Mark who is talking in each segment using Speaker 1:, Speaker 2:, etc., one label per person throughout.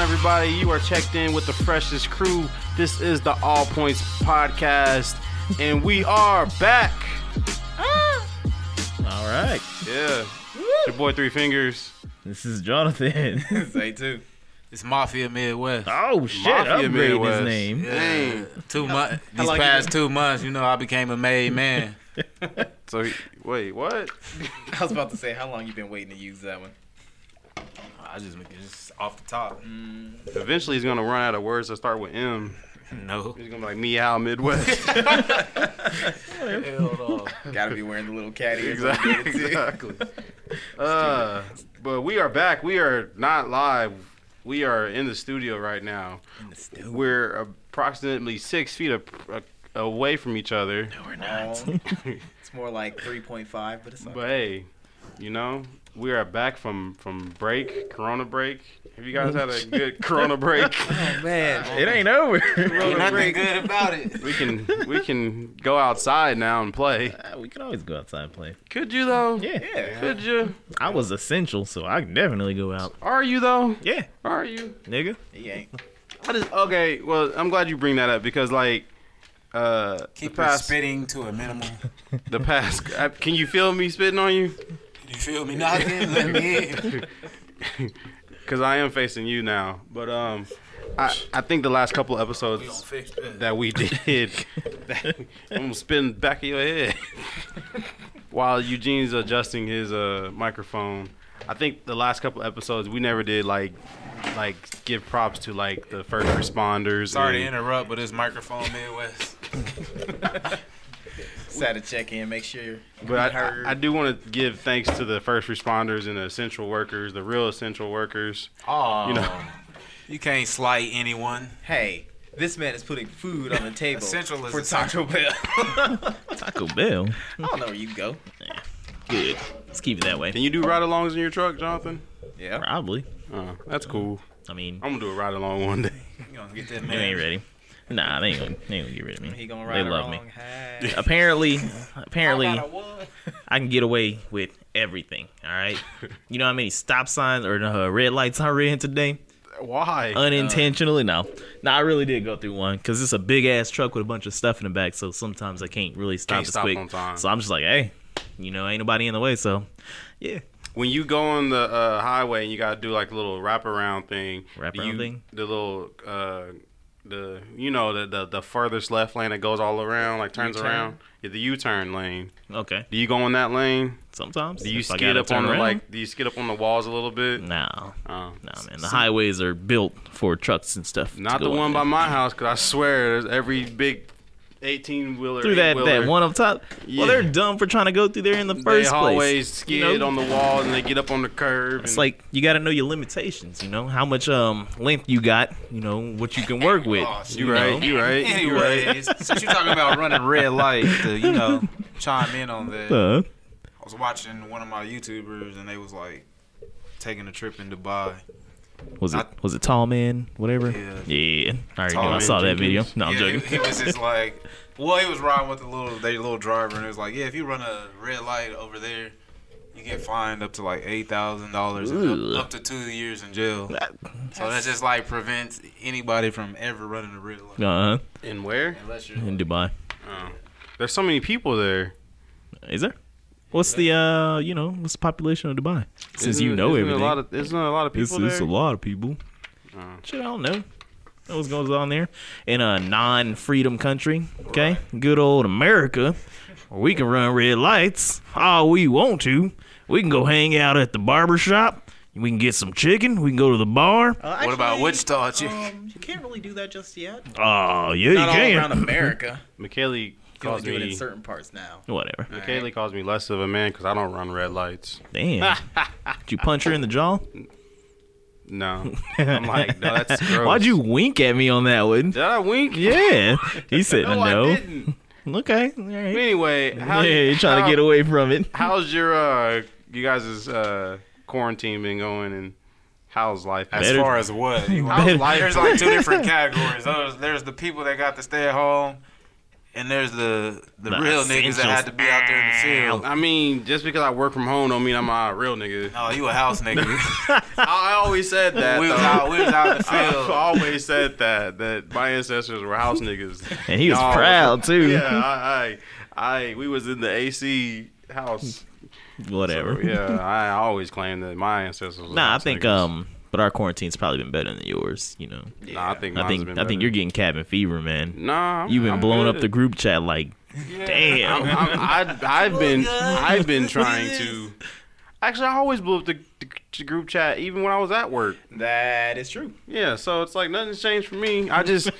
Speaker 1: everybody. You are checked in with the freshest crew. This is the All Points Podcast, and we are back.
Speaker 2: All right.
Speaker 1: Yeah. Your boy Three Fingers.
Speaker 2: This is Jonathan.
Speaker 3: Say too. It's Mafia Midwest.
Speaker 2: oh shit!
Speaker 1: Mafia
Speaker 2: upgrade
Speaker 1: Midwest.
Speaker 2: his name.
Speaker 1: Dang.
Speaker 3: Two months. These
Speaker 1: like
Speaker 3: past two months, you know, I became a made man.
Speaker 1: So, he- wait, what?
Speaker 4: I was about to say, how long you been waiting to use that one?
Speaker 3: I just make it just off the top.
Speaker 1: Eventually, he's going to run out of words that start with M.
Speaker 3: No.
Speaker 1: He's going to be like, meow Midwest.
Speaker 4: Gotta be wearing the little cat ears.
Speaker 1: exactly.
Speaker 4: when you get it, too.
Speaker 1: exactly. Uh, but we are back. We are not live. We are in the studio right now. We're approximately six feet a- a- away from each other.
Speaker 2: No, we're
Speaker 4: Um, it's more like 3.5, but it's not.
Speaker 1: But hey, you know, we are back from from break, Corona break. Have you guys had a good Corona break?
Speaker 4: Um,
Speaker 2: Man, it ain't over.
Speaker 3: Ain't nothing good about it.
Speaker 1: We can we can go outside now and play.
Speaker 2: Uh, we can always go outside and play.
Speaker 1: Could you though?
Speaker 2: Yeah.
Speaker 4: Yeah.
Speaker 1: Could you?
Speaker 2: I was essential, so I can definitely go out.
Speaker 1: Are you though?
Speaker 2: Yeah,
Speaker 1: Are you?
Speaker 2: nigga.
Speaker 4: He ain't.
Speaker 1: I just okay. Well, I'm glad you bring that up because like. Uh,
Speaker 3: Keep
Speaker 1: the
Speaker 3: your
Speaker 1: past,
Speaker 3: spitting to a minimum.
Speaker 1: the past. I, can you feel me spitting on you?
Speaker 3: You feel me? Nothing. Let me in.
Speaker 1: Cause I am facing you now. But um, I I think the last couple of
Speaker 3: We gonna
Speaker 1: episodes
Speaker 3: fix that.
Speaker 1: that we did. that, I'm gonna spin the back of your head while Eugene's adjusting his uh, microphone. I think the last couple episodes we never did like like give props to like the first responders.
Speaker 3: Sorry to
Speaker 1: and-
Speaker 3: interrupt, but it's microphone Midwest.
Speaker 4: Just had to check in, make sure. you
Speaker 1: but I,
Speaker 4: heard.
Speaker 1: I do want to give thanks to the first responders and the essential workers, the real essential workers.
Speaker 4: oh,
Speaker 1: You know,
Speaker 2: Um,
Speaker 3: You can't slight anyone.
Speaker 4: hey, this man is putting food on the table
Speaker 3: Essential is
Speaker 4: for
Speaker 3: essential.
Speaker 4: Taco Bell. I
Speaker 2: Taco Bell.
Speaker 4: don't know where you go.
Speaker 2: Good. Let's keep it that way.
Speaker 1: can you do ride-alongs in your truck, Jonathan?
Speaker 4: Yeah.
Speaker 2: Probably.
Speaker 1: Uh, that's cool.
Speaker 2: I mean,
Speaker 1: I'm gonna do a ride-along one day.
Speaker 3: You gonna get that
Speaker 2: they ain't
Speaker 3: man?
Speaker 2: ready. Nah, they ain't gonna, they ain't gonna get rid of me.
Speaker 4: He gonna ride
Speaker 2: they
Speaker 4: a
Speaker 2: love
Speaker 4: wrong.
Speaker 2: me.
Speaker 4: Hey. Uh,
Speaker 2: Apparently, apparently.
Speaker 4: I got a one.
Speaker 2: I can get away with everything. All right. You know how many stop signs or uh, red lights I ran today?
Speaker 1: Why?
Speaker 2: Unintentionally, no. No, I really did go through one because it's a big ass truck with a bunch of stuff in the back. So sometimes I can't really stop
Speaker 1: Can't
Speaker 2: as
Speaker 1: stop
Speaker 2: quick.
Speaker 1: on time.
Speaker 2: So I'm just like, hey, you know, ain't nobody in the way. So yeah,
Speaker 1: when you go on the uh, highway and you gotta do like a little wraparound thing, do
Speaker 2: Wraparound
Speaker 1: you-
Speaker 2: thing?
Speaker 1: the little uh, the you know the, the the furthest left lane that goes all around, like turns
Speaker 4: U-turn?
Speaker 1: around, yeah, the U-turn lane.
Speaker 2: okay.
Speaker 1: Do you go on that lane?
Speaker 2: Sometimes
Speaker 1: Do you
Speaker 2: if I
Speaker 1: skid
Speaker 2: gotta
Speaker 1: up on
Speaker 2: turn
Speaker 1: the
Speaker 2: around-
Speaker 1: like? Do you skid up on the walls a little bit?
Speaker 2: No,
Speaker 1: Uh,
Speaker 2: no, man. The highways are built for trucks and stuff. to
Speaker 1: not the
Speaker 2: go on
Speaker 1: one by
Speaker 2: there.
Speaker 1: my house, cause I swear there's every big eighteen wheeler
Speaker 2: through that that one up top.
Speaker 1: Yeah.
Speaker 2: Well, they're dumb for trying to go through there in the
Speaker 1: They
Speaker 2: first
Speaker 1: always
Speaker 2: place.
Speaker 1: skid
Speaker 2: you know?
Speaker 1: on the wall and they get up on the curb.
Speaker 2: It's
Speaker 1: and-
Speaker 2: like you got to know your limitations. You know how much um length you got. You know what you can work with.
Speaker 3: Oh, shit.
Speaker 1: you right,
Speaker 2: know.
Speaker 1: you right, you right.
Speaker 3: Anyways, since you're talking about running red light, to, you know, chime in on that.
Speaker 2: Uh,
Speaker 3: I was watching one of my YouTubers and they was like taking a trip in Dubai.
Speaker 2: was it
Speaker 3: I-
Speaker 2: was it Tall Man? Whatever.
Speaker 3: Yeah.
Speaker 2: Yeah. I already
Speaker 3: Tall
Speaker 2: knew. I
Speaker 3: Man
Speaker 2: saw that video.
Speaker 1: Jenkins.
Speaker 2: No, I'm
Speaker 3: yeah,
Speaker 2: joking.
Speaker 3: He, he was just like, well, he was riding with the little their little driver and it was like, yeah, if you run a red light over there, you get fined up to like eight thousand dollars and
Speaker 2: Ugh.
Speaker 3: up, up to two years in jail.
Speaker 2: Uh
Speaker 3: So that just like prevents anybody from ever running a red light
Speaker 2: huh.
Speaker 1: And where?
Speaker 3: unless you're
Speaker 2: Uh-huh. In Dubai,
Speaker 1: Oh. There's so many people there.
Speaker 2: is there? What's the uh you know what's the population of Dubai? Since
Speaker 1: Isn't-
Speaker 2: you know
Speaker 1: isn't
Speaker 2: everything,
Speaker 1: A lot of, isn't there a lot of
Speaker 2: it's,
Speaker 1: people
Speaker 2: it's a
Speaker 1: there?
Speaker 2: lot of people. Shit, I don't know. Know what's going on there in a non-freedom country? Okay, good old America. where We can run red lights all we want to. We can go hang out at the barber shop. We can get some chicken. We can go to the bar.
Speaker 3: What about Wichita? Chick?
Speaker 4: um, you can't really do that just yet.
Speaker 2: Oh yeah, you
Speaker 4: Not all
Speaker 2: can.
Speaker 4: around America.
Speaker 1: McKaylee
Speaker 4: You can only
Speaker 1: calls
Speaker 4: do it in
Speaker 1: me.
Speaker 4: certain parts now.
Speaker 2: Whatever.
Speaker 1: McKaylee calls me less of a man because I don't run red lights.
Speaker 2: Damn. Did you punch her in the jaw?
Speaker 1: No, I'm like, no, that's gross.
Speaker 2: Why'd you wink at me on that one?
Speaker 1: Did I wink?
Speaker 2: Yeah. He said
Speaker 1: No,
Speaker 2: no.
Speaker 1: I didn't.
Speaker 2: Okay. All right.
Speaker 1: Anyway, how
Speaker 2: Yeah, you're trying
Speaker 1: how-
Speaker 2: to get away from it.
Speaker 1: How's your uh, you guys' uh, quarantine been going and how's life?
Speaker 3: As
Speaker 2: Better-
Speaker 3: far as what? You
Speaker 1: How's
Speaker 2: Better-
Speaker 1: life?
Speaker 3: There's like two different categories. There's, there's the people that got to stay at home, and there's the the
Speaker 2: The
Speaker 3: real niggas that had to be out there in the field.
Speaker 1: I mean, just because I work from home don't mean I'm a real nigga.
Speaker 3: No, Oh, you a house nigga.
Speaker 1: I always said that.
Speaker 3: we was
Speaker 1: though.
Speaker 3: out. We was out in the
Speaker 1: I
Speaker 3: field.
Speaker 1: always said that that my ancestors were house niggas.
Speaker 2: And he was
Speaker 1: Y'all-
Speaker 2: proud, too.
Speaker 1: Yeah, I, I, I, we was in the AC house.
Speaker 2: Whatever.
Speaker 1: Yeah, I always claimed that my ancestors. Were
Speaker 2: Nah, I
Speaker 1: house
Speaker 2: think
Speaker 1: niggas.
Speaker 2: um, but our quarantine's probably been better than yours. You know,
Speaker 1: Nah, I think
Speaker 2: I
Speaker 1: mine's
Speaker 2: think
Speaker 1: been
Speaker 2: I think
Speaker 1: better.
Speaker 2: you're getting cabin fever, man.
Speaker 1: Nah, I'm-
Speaker 2: You've been
Speaker 1: I'm
Speaker 2: blowing
Speaker 1: good.
Speaker 2: up the group chat like,
Speaker 1: I'm,
Speaker 2: damn.
Speaker 1: I'm, I've, I've been I've been trying to. Actually, I always blew up the, the, the group chat, even when I was at work.
Speaker 4: That is true.
Speaker 1: Yeah, so it's like nothing's changed for me. I just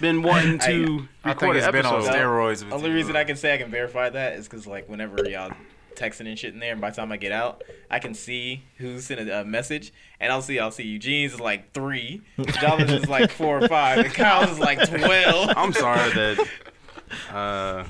Speaker 1: been wanting to
Speaker 3: I think
Speaker 1: record an
Speaker 3: it's been on
Speaker 1: episode.
Speaker 3: steroids. with
Speaker 4: Only
Speaker 3: you.
Speaker 4: reason I can say I can verify that is because like whenever y'all texting and shit in there, and by the time I get out, I can see who sent a, a message, and I'll see I'll see Eugene's is like three, Jonathan's is like four or five, and Kyle's is like twelve.
Speaker 1: I'm sorry that. Uh,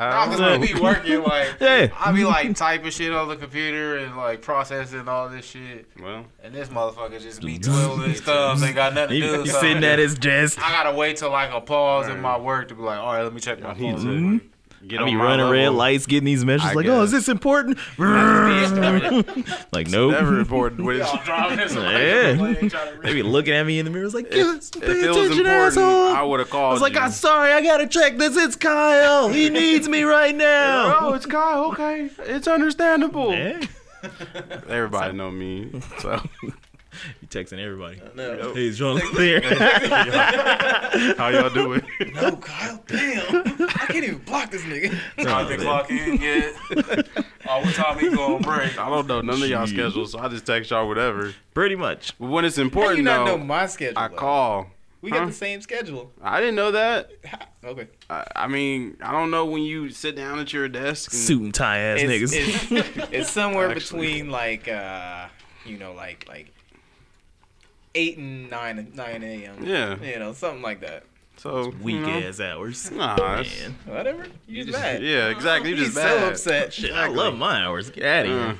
Speaker 1: I
Speaker 3: I'm
Speaker 1: don't
Speaker 3: just
Speaker 1: know.
Speaker 3: gonna be working like
Speaker 2: Yeah.
Speaker 3: I be like typing shit on the computer and like processing all this shit,
Speaker 1: Well,
Speaker 3: and this motherfucker just be twiddling his thumbs. Ain't got nothing
Speaker 2: He,
Speaker 3: to do.
Speaker 2: he's
Speaker 3: so
Speaker 2: sitting at his desk.
Speaker 3: I gotta wait till like a pause in my work to be like, all right, let me check my
Speaker 1: I need
Speaker 3: phone.
Speaker 1: to get
Speaker 2: mm-hmm. I
Speaker 1: on
Speaker 2: be
Speaker 1: my
Speaker 2: running
Speaker 1: level.
Speaker 2: red lights, getting these messages
Speaker 1: I
Speaker 2: like, "Oh, is
Speaker 1: guess.
Speaker 2: this important?" like, nope.
Speaker 1: Never important. When it's,
Speaker 3: Y'all driving this
Speaker 2: Yeah.
Speaker 3: plane, trying to
Speaker 2: They
Speaker 3: read.
Speaker 2: be looking at me in the mirror, it's like, "Give us-
Speaker 1: if,
Speaker 2: pay
Speaker 1: if it was
Speaker 2: attention,
Speaker 1: important,
Speaker 2: asshole."
Speaker 1: I
Speaker 2: I
Speaker 1: would have called.
Speaker 2: was like,
Speaker 1: you.
Speaker 2: "I'm sorry, I gotta check this. It's Kyle. He needs me right
Speaker 1: Oh,
Speaker 2: now."
Speaker 1: it's Kyle. Okay, it's understandable.
Speaker 2: Yeah.
Speaker 1: Everybody know me, so
Speaker 2: You texting everybody.
Speaker 4: no,
Speaker 2: Hey, it's John Clear.
Speaker 1: how y'all doing?
Speaker 4: no, Oh, Kyle, damn, I can't even block this nigga.
Speaker 3: Time to clock in yet. Oh, what time we go on break?
Speaker 1: I don't know none of y'all
Speaker 2: Jeez.
Speaker 1: schedules, so I just text y'all whatever.
Speaker 2: Pretty much.
Speaker 1: But when it's
Speaker 4: How do you
Speaker 1: important,
Speaker 4: not
Speaker 1: though,
Speaker 4: know my schedule?
Speaker 1: I
Speaker 4: though?
Speaker 1: call.
Speaker 4: We
Speaker 1: huh?
Speaker 4: got the same schedule.
Speaker 1: I didn't know that.
Speaker 4: Ha- Okay.
Speaker 1: I, I mean, I don't know when you sit down at your desk. And,
Speaker 2: Suit and tie ass
Speaker 4: it's,
Speaker 2: niggas.
Speaker 4: it's, it's somewhere
Speaker 1: Actually.
Speaker 4: between like uh you know like like eight and nine nine a.m.
Speaker 1: Yeah.
Speaker 4: you know something like that.
Speaker 1: So
Speaker 2: Weak
Speaker 1: you know,
Speaker 2: ass hours.
Speaker 1: Mm-hmm. Nah, that's-
Speaker 2: Man.
Speaker 4: Whatever. You
Speaker 1: you
Speaker 4: just
Speaker 1: just-
Speaker 4: bad.
Speaker 1: yeah, exactly. You
Speaker 4: He's
Speaker 1: just
Speaker 4: so
Speaker 1: bad.
Speaker 4: upset.
Speaker 2: Shit, I love my hours. Get out of here.
Speaker 1: Uh,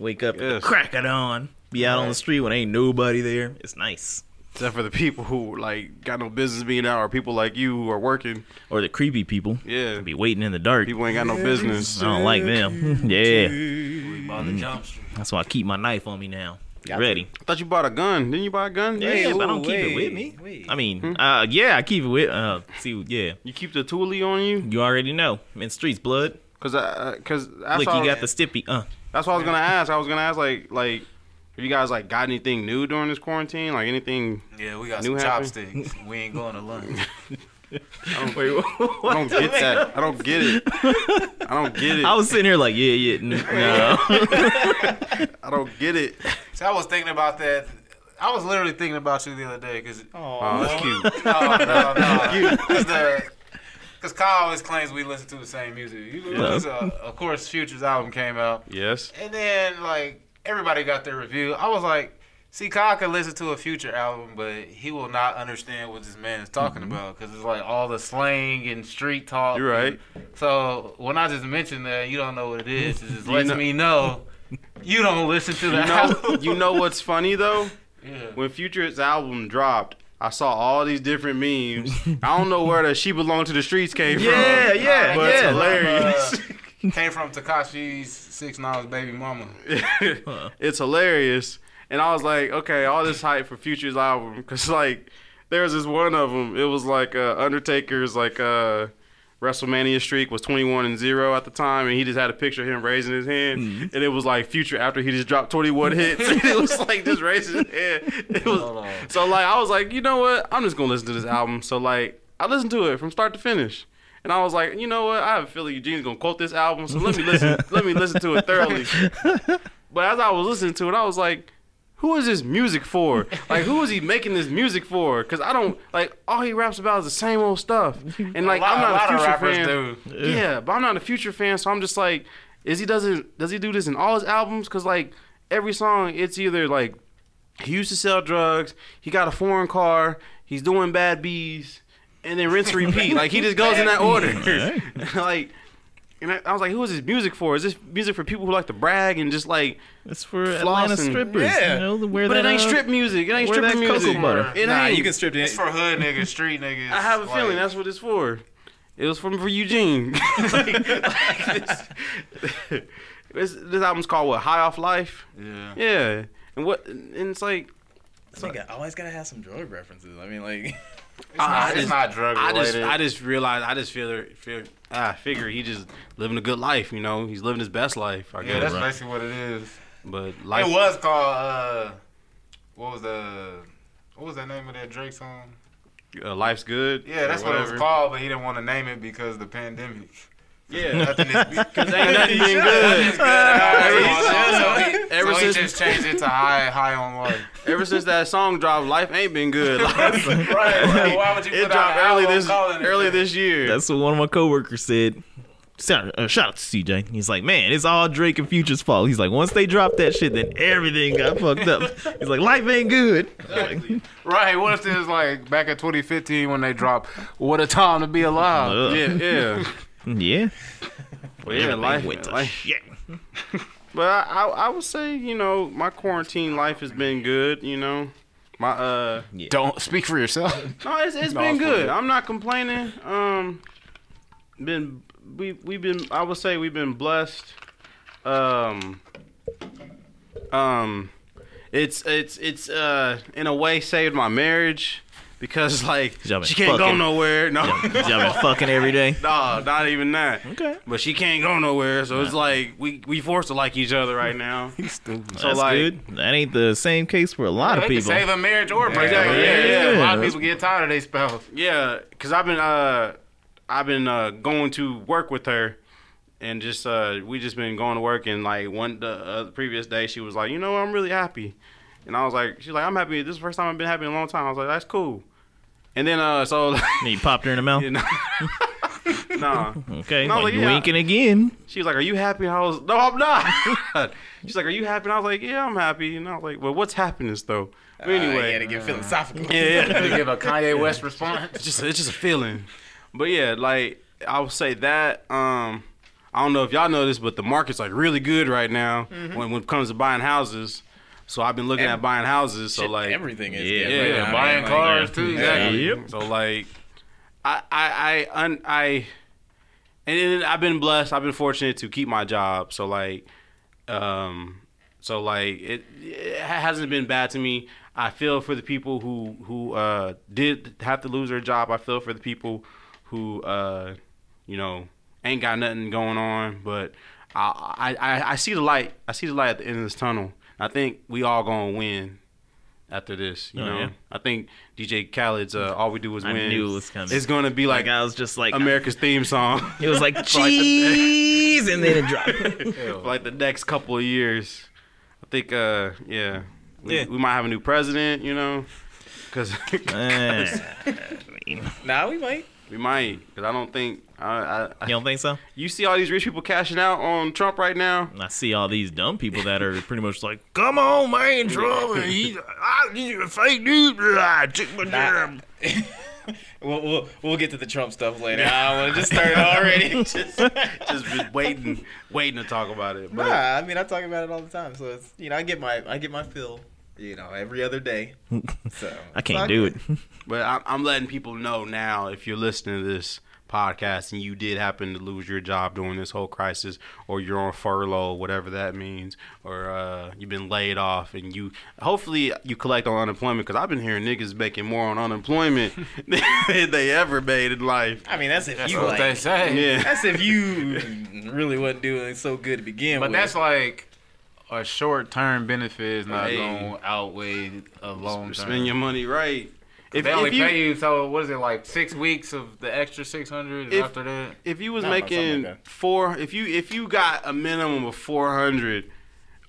Speaker 2: Wake up, at the
Speaker 1: Yes.
Speaker 2: crack it on. Be out on the
Speaker 4: Right.
Speaker 2: street when ain't nobody there. It's nice.
Speaker 1: except for the people who like got no business being out, or people like you who are working.
Speaker 2: Or the creepy people.
Speaker 1: Yeah,
Speaker 2: Be waiting in the dark.
Speaker 1: people ain't got no business.
Speaker 2: I don't like them. yeah.
Speaker 3: We about to jump street.
Speaker 2: That's why I keep my knife on me now.
Speaker 4: Got
Speaker 2: Ready.
Speaker 1: I thought you bought a gun. Didn't you buy a gun?
Speaker 2: Yeah, but I don't keep it with
Speaker 4: wait,
Speaker 2: me.
Speaker 4: wait.
Speaker 2: I mean,
Speaker 1: Hmm?
Speaker 2: uh, yeah, I keep it with. Uh, see, yeah,
Speaker 1: You keep the toolie on you,
Speaker 2: you already know. In streets, blood.
Speaker 1: cause I, cause that's
Speaker 2: Look,
Speaker 1: all-
Speaker 2: you got the stippy. Uh,
Speaker 1: That's what I was gonna ask. I was gonna ask like like have you guys like got anything new during this quarantine? Like anything
Speaker 3: Yeah, we got
Speaker 1: New
Speaker 3: some
Speaker 1: happy?
Speaker 3: chopsticks. We ain't going to lunch.
Speaker 2: wait,
Speaker 1: I don't get that. I don't get it. I don't get it.
Speaker 2: I was sitting here like, yeah, yeah, n- no.
Speaker 1: I don't get it.
Speaker 3: So I was thinking about that. I was literally thinking about you the other day because
Speaker 1: Oh,
Speaker 4: Aw.
Speaker 1: that's cute.
Speaker 3: no, no, no, because Kyle always claims we listen to the same music. You,
Speaker 2: Yeah.
Speaker 3: listen- of course, Future's album came out,
Speaker 1: Yes.
Speaker 3: and then like everybody got their review. I was like, see, Kyle can listen to a Future album, but he will not understand what this man is talking about because it's like all the slang and street talk.
Speaker 1: You're right.
Speaker 3: So when I just mentioned that, you don't know what it is. It just lets
Speaker 1: know-
Speaker 3: me know you don't listen to the
Speaker 1: You know
Speaker 3: album.
Speaker 1: you know what's funny though?
Speaker 3: Yeah.
Speaker 1: When Future's album dropped, I saw all these different memes. I don't know where the she belong to the streets came
Speaker 2: yeah,
Speaker 1: from.
Speaker 2: yeah,
Speaker 1: but it's
Speaker 2: yeah.
Speaker 1: hilarious.
Speaker 3: uh, Came from Takashi's six nines baby mama.
Speaker 1: it's hilarious. And I was like, okay, all this hype for Future's album, because like there was this one of them. It was like uh, Undertaker's like uh, WrestleMania streak was 21 and zero at the time, and he just had a picture of him raising his hand, and it was like Future after he just dropped 21 hits. and it was like just raising his hand. It
Speaker 3: Hold on.
Speaker 1: was, so like I was like, you know what? I'm just gonna listen to this album. So like I listened to it from start to finish. And I was like, you know what? I have a feeling Eugene's gonna quote this album, so let me listen. let me listen to it thoroughly. But as I was listening to it, I was like, who is this music for? Like, who is he making this music for? Because I don't, like, all he raps about is the same old stuff. And, like,
Speaker 3: A
Speaker 1: I'm
Speaker 3: lot-
Speaker 1: not
Speaker 3: a lot
Speaker 1: a,
Speaker 3: of
Speaker 1: future
Speaker 3: rappers
Speaker 1: fan.
Speaker 3: do.
Speaker 1: Yeah, but I'm not a future fan, so I'm just like, is he doesn't, does he do this in all his albums? Because, like, every song, it's either, like, he used to sell drugs, he got a foreign car, he's doing bad bees, and then rinse and repeat. like, he just goes in that order. like, and I, I was like, who is this music for? Is this music for people who like to brag and just, like,
Speaker 2: It's for Atlanta
Speaker 1: Flossing.
Speaker 2: strippers.
Speaker 4: Yeah.
Speaker 2: You know, the- where
Speaker 1: but
Speaker 2: that,
Speaker 1: it ain't
Speaker 2: uh,
Speaker 1: strip music. It ain't
Speaker 2: where
Speaker 1: stripper
Speaker 2: that cocoa
Speaker 1: music.
Speaker 2: butter?
Speaker 1: It
Speaker 4: Nah,
Speaker 1: ain't.
Speaker 4: you can strip
Speaker 3: It's
Speaker 4: it.
Speaker 3: for hood niggas, street niggas.
Speaker 1: I have a
Speaker 3: like-
Speaker 1: feeling that's what it's for. It was from for Eugene. Like, like this, this this album's called what? High off life.
Speaker 3: Yeah.
Speaker 1: Yeah, and what? And it's like
Speaker 4: This nigga always gotta have some drug references. I mean, like,
Speaker 3: It's, not,
Speaker 1: I
Speaker 3: it's
Speaker 1: just-
Speaker 3: not drug
Speaker 1: I
Speaker 3: related.
Speaker 1: just I just realized I just feel feel I figure he just living a good life. You know, he's living his best life. I
Speaker 3: yeah,
Speaker 1: guess.
Speaker 3: that's
Speaker 2: right.
Speaker 3: basically what it is.
Speaker 1: But life.
Speaker 3: It was called uh, what was the what was the name of that Drake song?
Speaker 1: uh, life's good.
Speaker 3: Yeah,
Speaker 1: or
Speaker 3: that's what it
Speaker 1: whatever.
Speaker 3: was called, but he didn't want to name it because the pandemic.
Speaker 1: Yeah.
Speaker 3: Nothing is
Speaker 1: Cause ain't nothing been good.
Speaker 3: Alright, so- so he-
Speaker 1: Ever
Speaker 3: so
Speaker 1: since-
Speaker 3: he just changed it to high, high on life.
Speaker 1: Ever since that song dropped, life ain't been good. Like,
Speaker 3: right. Why would you
Speaker 1: it
Speaker 3: put out
Speaker 1: dropped
Speaker 3: an
Speaker 1: early
Speaker 3: album
Speaker 1: this
Speaker 3: calling it
Speaker 1: early
Speaker 3: that?
Speaker 1: this year.
Speaker 2: That's what one of my coworkers said. Shout, uh, shout out to CJ. He's like, man, it's all Drake and Future's fault. He's like, once they dropped that shit, then everything got fucked up. He's like, life ain't good. Like,
Speaker 3: Right. What if this like back in 2015 when they dropped "What a Time to Be Alive"?
Speaker 2: ugh.
Speaker 1: yeah, yeah.
Speaker 2: uh, yeah.
Speaker 1: Well, yeah,
Speaker 2: Everything
Speaker 1: life,
Speaker 2: went to
Speaker 1: life.
Speaker 2: shit.
Speaker 1: But I, I, I would say, you know, my quarantine life has been good. You know, my uh,
Speaker 3: Don't speak for yourself.
Speaker 1: no, it's, it's
Speaker 3: No,
Speaker 1: been
Speaker 3: it's
Speaker 1: good.
Speaker 3: good.
Speaker 1: I'm not complaining. Um, been we we've been I would say we've been blessed. Um, um, it's it's it's uh in a way saved my marriage because like she
Speaker 2: Y'all been
Speaker 1: can't go
Speaker 2: fucking.
Speaker 1: nowhere. No,
Speaker 2: Y'all been fucking every day.
Speaker 1: no, not even that.
Speaker 2: Okay.
Speaker 1: But she can't go nowhere, so it's like we we forced to like each other right now.
Speaker 3: He's stupid.
Speaker 1: So
Speaker 2: That's
Speaker 1: like,
Speaker 2: good. That ain't the same case for a lot of
Speaker 3: They can
Speaker 2: people.
Speaker 3: save a marriage or break
Speaker 1: Yeah,
Speaker 3: up.
Speaker 1: yeah,
Speaker 3: Yeah,
Speaker 2: yeah.
Speaker 3: A lot of
Speaker 2: That's-
Speaker 3: people get tired of their spouse.
Speaker 1: Yeah, cause I've been uh I've been uh going to work with her, and just uh we just been going to work and like one the uh, previous day she was like you know I'm really happy, and I was like she's like I'm happy this is the first time I've been happy in a long time I was like that's cool, and then uh so
Speaker 2: And you popped her in the mouth.
Speaker 1: you know. nah.
Speaker 2: Okay.
Speaker 1: No,
Speaker 2: like,
Speaker 1: but
Speaker 2: you
Speaker 1: yeah.
Speaker 2: winking again.
Speaker 1: She was like, "Are you happy?" And I was, "No, I'm not." She's like, "Are you happy?" And I was like, "Yeah, I'm happy." And I was like, "Well, what's happiness though?" But
Speaker 4: uh,
Speaker 1: anyway,
Speaker 4: you gotta get philosophical.
Speaker 1: yeah, yeah.
Speaker 3: They give a Kanye West response.
Speaker 1: it's just it's just a feeling. But yeah, like I would say that. Um, I don't know if y'all know this, but the market's like really good right now
Speaker 4: Mm-hmm.
Speaker 1: when when it comes to buying houses. So I've been looking
Speaker 4: Ev-
Speaker 1: at buying houses. So
Speaker 4: Shit,
Speaker 1: like
Speaker 4: everything is
Speaker 2: Yeah,
Speaker 4: good.
Speaker 1: yeah,
Speaker 4: right now.
Speaker 1: I
Speaker 3: Yeah,
Speaker 4: mean,
Speaker 3: buying
Speaker 4: like,
Speaker 3: cars too. Exactly.
Speaker 2: Yep.
Speaker 1: So like, I I I un, I, and then I've been blessed. I've been fortunate to keep my job. So like, um, so like it, it hasn't been bad to me. I feel for the people who who uh did have to lose their job. I feel for the people who uh, you know, ain't got nothing going on. But I I I- I see the light. I see the light at the end of this tunnel. I think we all gonna win. After this, you
Speaker 2: Oh,
Speaker 1: know,
Speaker 2: yeah.
Speaker 1: I think DJ Khaled's uh, "All We Do Is
Speaker 2: I
Speaker 1: Win."
Speaker 2: knew it was coming.
Speaker 1: It's gonna be like
Speaker 2: Like, I was just like,
Speaker 1: America's theme song
Speaker 2: it was like, cheese, and then it dropped.
Speaker 1: for like the next couple of years. I think, uh, yeah, we,
Speaker 2: Yeah.
Speaker 1: we might have a new president, you know, because
Speaker 2: Eh,
Speaker 4: Nah, we might.
Speaker 1: we might. Because I don't think I, I,
Speaker 2: you don't think so?
Speaker 1: you see all these rich people cashing out on Trump right now.
Speaker 2: I see all these dumb people that are pretty much like, "Come on, man, Trump, and he's I, he's a fake news. I took my
Speaker 4: Nah.
Speaker 2: damn."
Speaker 4: We'll, we'll we'll get to the Trump stuff later. I don't want to just start it already. Just-
Speaker 1: Just been waiting, waiting to talk about it.
Speaker 4: nah,
Speaker 1: But
Speaker 4: I mean I talk about it all the time, so it's you know I get my I get my fill, you know, every other day. So
Speaker 2: I can't do it.
Speaker 1: but I'm, I'm letting people know now if you're listening to this podcast and you did happen to lose your job during this whole crisis or you're on furlough whatever that means or uh, you've been laid off and you hopefully you collect on unemployment because i've been hearing niggas making more on unemployment than they ever made in life
Speaker 4: I mean that's if
Speaker 3: That's
Speaker 4: you
Speaker 3: what
Speaker 4: like.
Speaker 3: they say.
Speaker 1: yeah
Speaker 4: That's if you really wasn't doing so good to begin
Speaker 3: But
Speaker 4: with.
Speaker 3: that's like a short term benefit is not
Speaker 1: Hey.
Speaker 3: going to outweigh a long term.
Speaker 1: spend your money right if,
Speaker 3: they only
Speaker 1: if you
Speaker 3: pay you so what is it like six weeks of the extra six hundred
Speaker 1: If-
Speaker 3: after that?
Speaker 1: if you was
Speaker 4: No, no, something
Speaker 1: making
Speaker 4: like that.
Speaker 1: four if you if you got a minimum of 400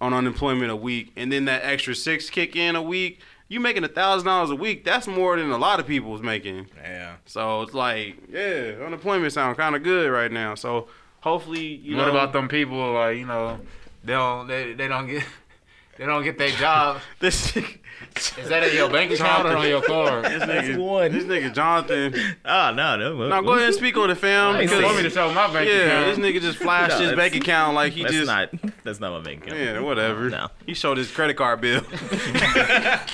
Speaker 1: on unemployment a week and then that extra six kick in a week you making a thousand dollars a week that's more than a lot of people was making
Speaker 4: yeah.
Speaker 1: so it's like yeah unemployment sound kind of good right now so hopefully you
Speaker 3: what
Speaker 1: know
Speaker 3: about them people like you know they don't they, they don't get they don't get their job?
Speaker 1: this
Speaker 3: Is that at your bank account or on your
Speaker 1: this
Speaker 3: card?
Speaker 1: nigga,
Speaker 2: one.
Speaker 1: this nigga Jonathan.
Speaker 2: Oh no, no.
Speaker 1: Now go ahead and speak on the film.
Speaker 2: I ain't
Speaker 3: You
Speaker 2: saying-
Speaker 3: want me to show my bank
Speaker 1: yeah, this
Speaker 3: account?
Speaker 1: nigga just flashed
Speaker 2: No,
Speaker 1: his
Speaker 2: that's-
Speaker 1: bank account like he
Speaker 2: That's
Speaker 1: just
Speaker 2: not. That's not my bank account.
Speaker 1: yeah whatever.
Speaker 2: No.
Speaker 1: He showed his credit card bill.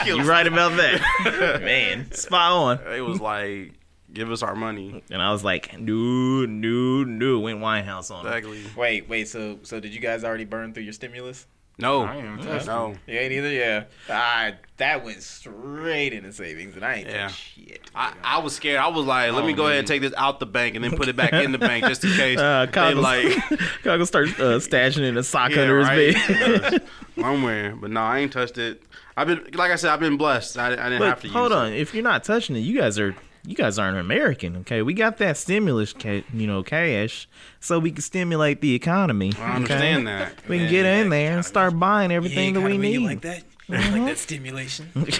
Speaker 2: You right about that, man. Spot on.
Speaker 1: It was like Give us our money.
Speaker 2: And I was like, no, no, no. Went Winehouse on him.
Speaker 1: Exactly.
Speaker 4: Wait, wait. So, so did you guys already burn through your stimulus?
Speaker 1: No.
Speaker 3: I ain't even touched
Speaker 1: no.
Speaker 4: You ain't either. Yeah. Ah, that went straight into savings, and I ain't
Speaker 1: Yeah.
Speaker 4: done shit.
Speaker 1: I, I was scared. I was like, let me
Speaker 3: Oh,
Speaker 1: go ahead and
Speaker 3: man.
Speaker 1: take this out the bank and then put it back in the bank just in case.
Speaker 2: Uh,
Speaker 1: they
Speaker 2: Coggle
Speaker 1: like,
Speaker 2: Coggle starts uh, stashing in a sock
Speaker 1: yeah,
Speaker 2: under
Speaker 1: right?
Speaker 2: his bed.
Speaker 1: Somewhere. But no, I ain't touched it. I've been, like I said, I've been blessed. I, I didn't have
Speaker 2: But
Speaker 1: to
Speaker 2: hold
Speaker 1: use
Speaker 2: on,
Speaker 1: it.
Speaker 2: if you're not touching it, you guys are you guys aren't American, okay? We got that stimulus, ca- you know, cash, so we can stimulate the economy.
Speaker 1: I understand that.
Speaker 2: We can get in there and start buying everything that we need. Mm-hmm.
Speaker 4: that? that stimulation?
Speaker 3: Sounds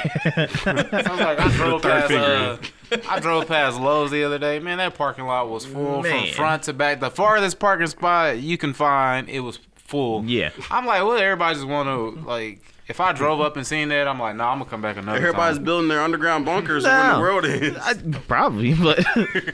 Speaker 3: like I drove
Speaker 1: third
Speaker 3: past. Uh, I drove past Lowe's the other day. Man, that parking lot was full
Speaker 2: Man.
Speaker 3: from front to back. The farthest parking spot you can find, it was full.
Speaker 2: Yeah.
Speaker 3: I'm like, well, everybody just want to like. If I drove up and seen that, I'm like, nah, I'm gonna come back another
Speaker 1: Everybody's
Speaker 3: time.
Speaker 1: building their underground bunkers when
Speaker 2: No.
Speaker 1: the world is.
Speaker 2: I, probably, but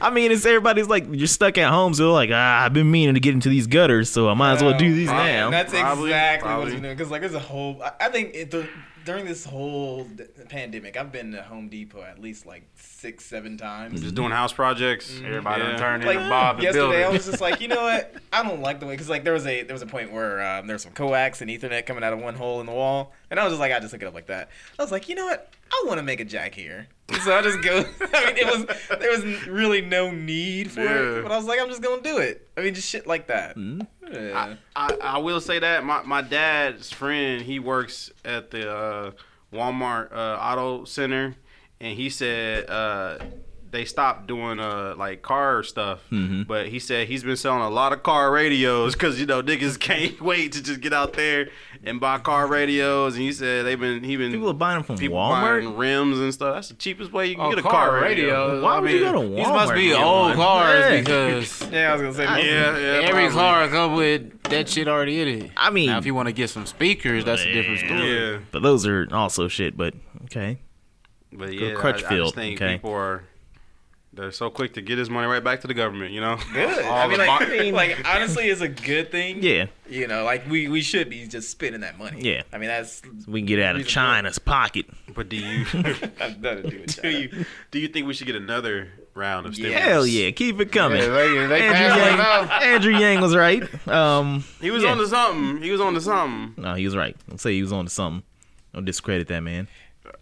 Speaker 2: I mean, it's everybody's like you're stuck at home, so like ah, I've been meaning to get into these gutters, so I might as well do these
Speaker 1: Wow.
Speaker 2: now.
Speaker 4: That's
Speaker 1: Probably,
Speaker 4: exactly what
Speaker 1: probably.
Speaker 4: you're doing. Because like, there's a whole. I, I think it, dur- during this whole d- pandemic, I've been to Home Depot at least like six, seven times.
Speaker 1: Just doing house projects.
Speaker 3: Mm-hmm. Everybody
Speaker 1: Yeah.
Speaker 3: done turned
Speaker 4: like
Speaker 3: into Bob the
Speaker 4: yesterday, I
Speaker 3: Builder.
Speaker 4: was just like, you know what? I don't like the way because like there was a there was a point where um, there was some coax and Ethernet coming out of one hole in the wall, and I was just like, I just hook it up like that. I was like, you know what? I want to make a jack here, so I just go. I mean, it was there was n- really no need for
Speaker 1: Yeah.
Speaker 4: it, but I was like, I'm just gonna do it. I mean, just shit like that. Yeah.
Speaker 1: I, I, I will say that my, my dad's friend he works at the uh, Walmart uh, auto center, and he said uh, they stopped doing uh, like car stuff,
Speaker 2: Mm-hmm.
Speaker 1: but he said he's been selling a lot of car radios because you know niggas can't wait to just get out there and buy car radios, and he said they've been he been
Speaker 2: People are buying them from
Speaker 1: people
Speaker 2: Walmart.
Speaker 1: buying rims and stuff. That's the cheapest way you can
Speaker 3: Oh,
Speaker 1: get a
Speaker 3: car
Speaker 1: car, radio.
Speaker 3: radio.
Speaker 2: Why would you go
Speaker 3: I
Speaker 2: to
Speaker 3: mean,
Speaker 2: Walmart?
Speaker 3: These must be
Speaker 2: to get
Speaker 3: old
Speaker 2: one?
Speaker 3: cars
Speaker 2: Yeah.
Speaker 3: because
Speaker 4: yeah, I was gonna say.
Speaker 1: Yeah, yeah.
Speaker 3: every
Speaker 1: probably.
Speaker 3: car come with that shit already in it.
Speaker 2: I mean-
Speaker 3: now if you want to get some speakers, that's a different
Speaker 2: Yeah.
Speaker 3: story.
Speaker 1: Yeah,
Speaker 2: But those are also shit. But okay,
Speaker 1: But yeah, I- I,
Speaker 2: Crutchfield,
Speaker 1: just think
Speaker 2: okay.
Speaker 1: people are they're so quick to get his money right back to the government. You know,
Speaker 4: Good.
Speaker 1: All
Speaker 4: I mean,
Speaker 1: the
Speaker 4: like,
Speaker 1: mar-
Speaker 4: like, honestly, it's a good thing.
Speaker 2: yeah,
Speaker 4: You know, like we, we should be just spending that money.
Speaker 2: Yeah.
Speaker 4: I mean, that's
Speaker 2: we can get out of
Speaker 4: Reasonable.
Speaker 2: China's pocket.
Speaker 1: but do you
Speaker 4: I've done it. dude.
Speaker 1: do you do you think we should get another round of stimulus?
Speaker 2: Hell yeah, keep it coming.
Speaker 3: Yeah, they, they
Speaker 2: Andrew,
Speaker 3: passing it
Speaker 2: Yang,
Speaker 3: up.
Speaker 2: Andrew Yang was right. Um,
Speaker 1: He was
Speaker 2: Yeah.
Speaker 1: on to something. He was on to something.
Speaker 2: no, he was right. I'll say he was on to something. Don't discredit that man.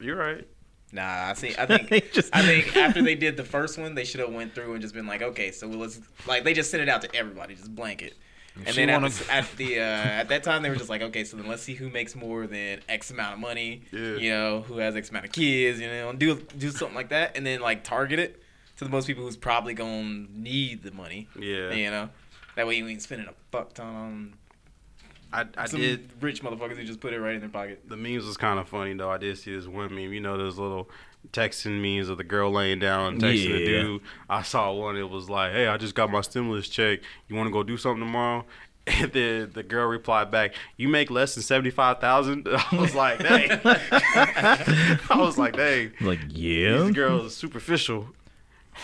Speaker 1: You're right.
Speaker 4: Nah, I see. I think
Speaker 2: Just-
Speaker 4: I think after they did the first one, they should have went through and just been like, okay, so let's like they just sent it out to everybody, just blanket. And
Speaker 3: she
Speaker 4: then at,
Speaker 3: wanna-
Speaker 4: the, at the uh, at that time, they were just like, okay, so then let's see who makes more than X amount of money.
Speaker 1: Yeah.
Speaker 4: You know, who has X amount of kids. You know, do do something like that, and then like target it to the most people who's probably gonna need the money.
Speaker 1: Yeah,
Speaker 4: You know, that way you ain't spending a fuck ton on
Speaker 1: I, I
Speaker 4: some
Speaker 1: did.
Speaker 4: rich motherfuckers who just put it right in their pocket.
Speaker 1: The memes was kind of funny though. I did see this one meme. You know those little texting memes of the girl laying down and texting the
Speaker 2: Yeah.
Speaker 1: dude. I saw one. It was like, "Hey, I just got my stimulus check. You want to go do something tomorrow?" And then the girl replied back, "You make less than seventy five thousand. I was like, "Dang." I was like, "Dang."
Speaker 2: Like yeah,
Speaker 1: These girls are superficial.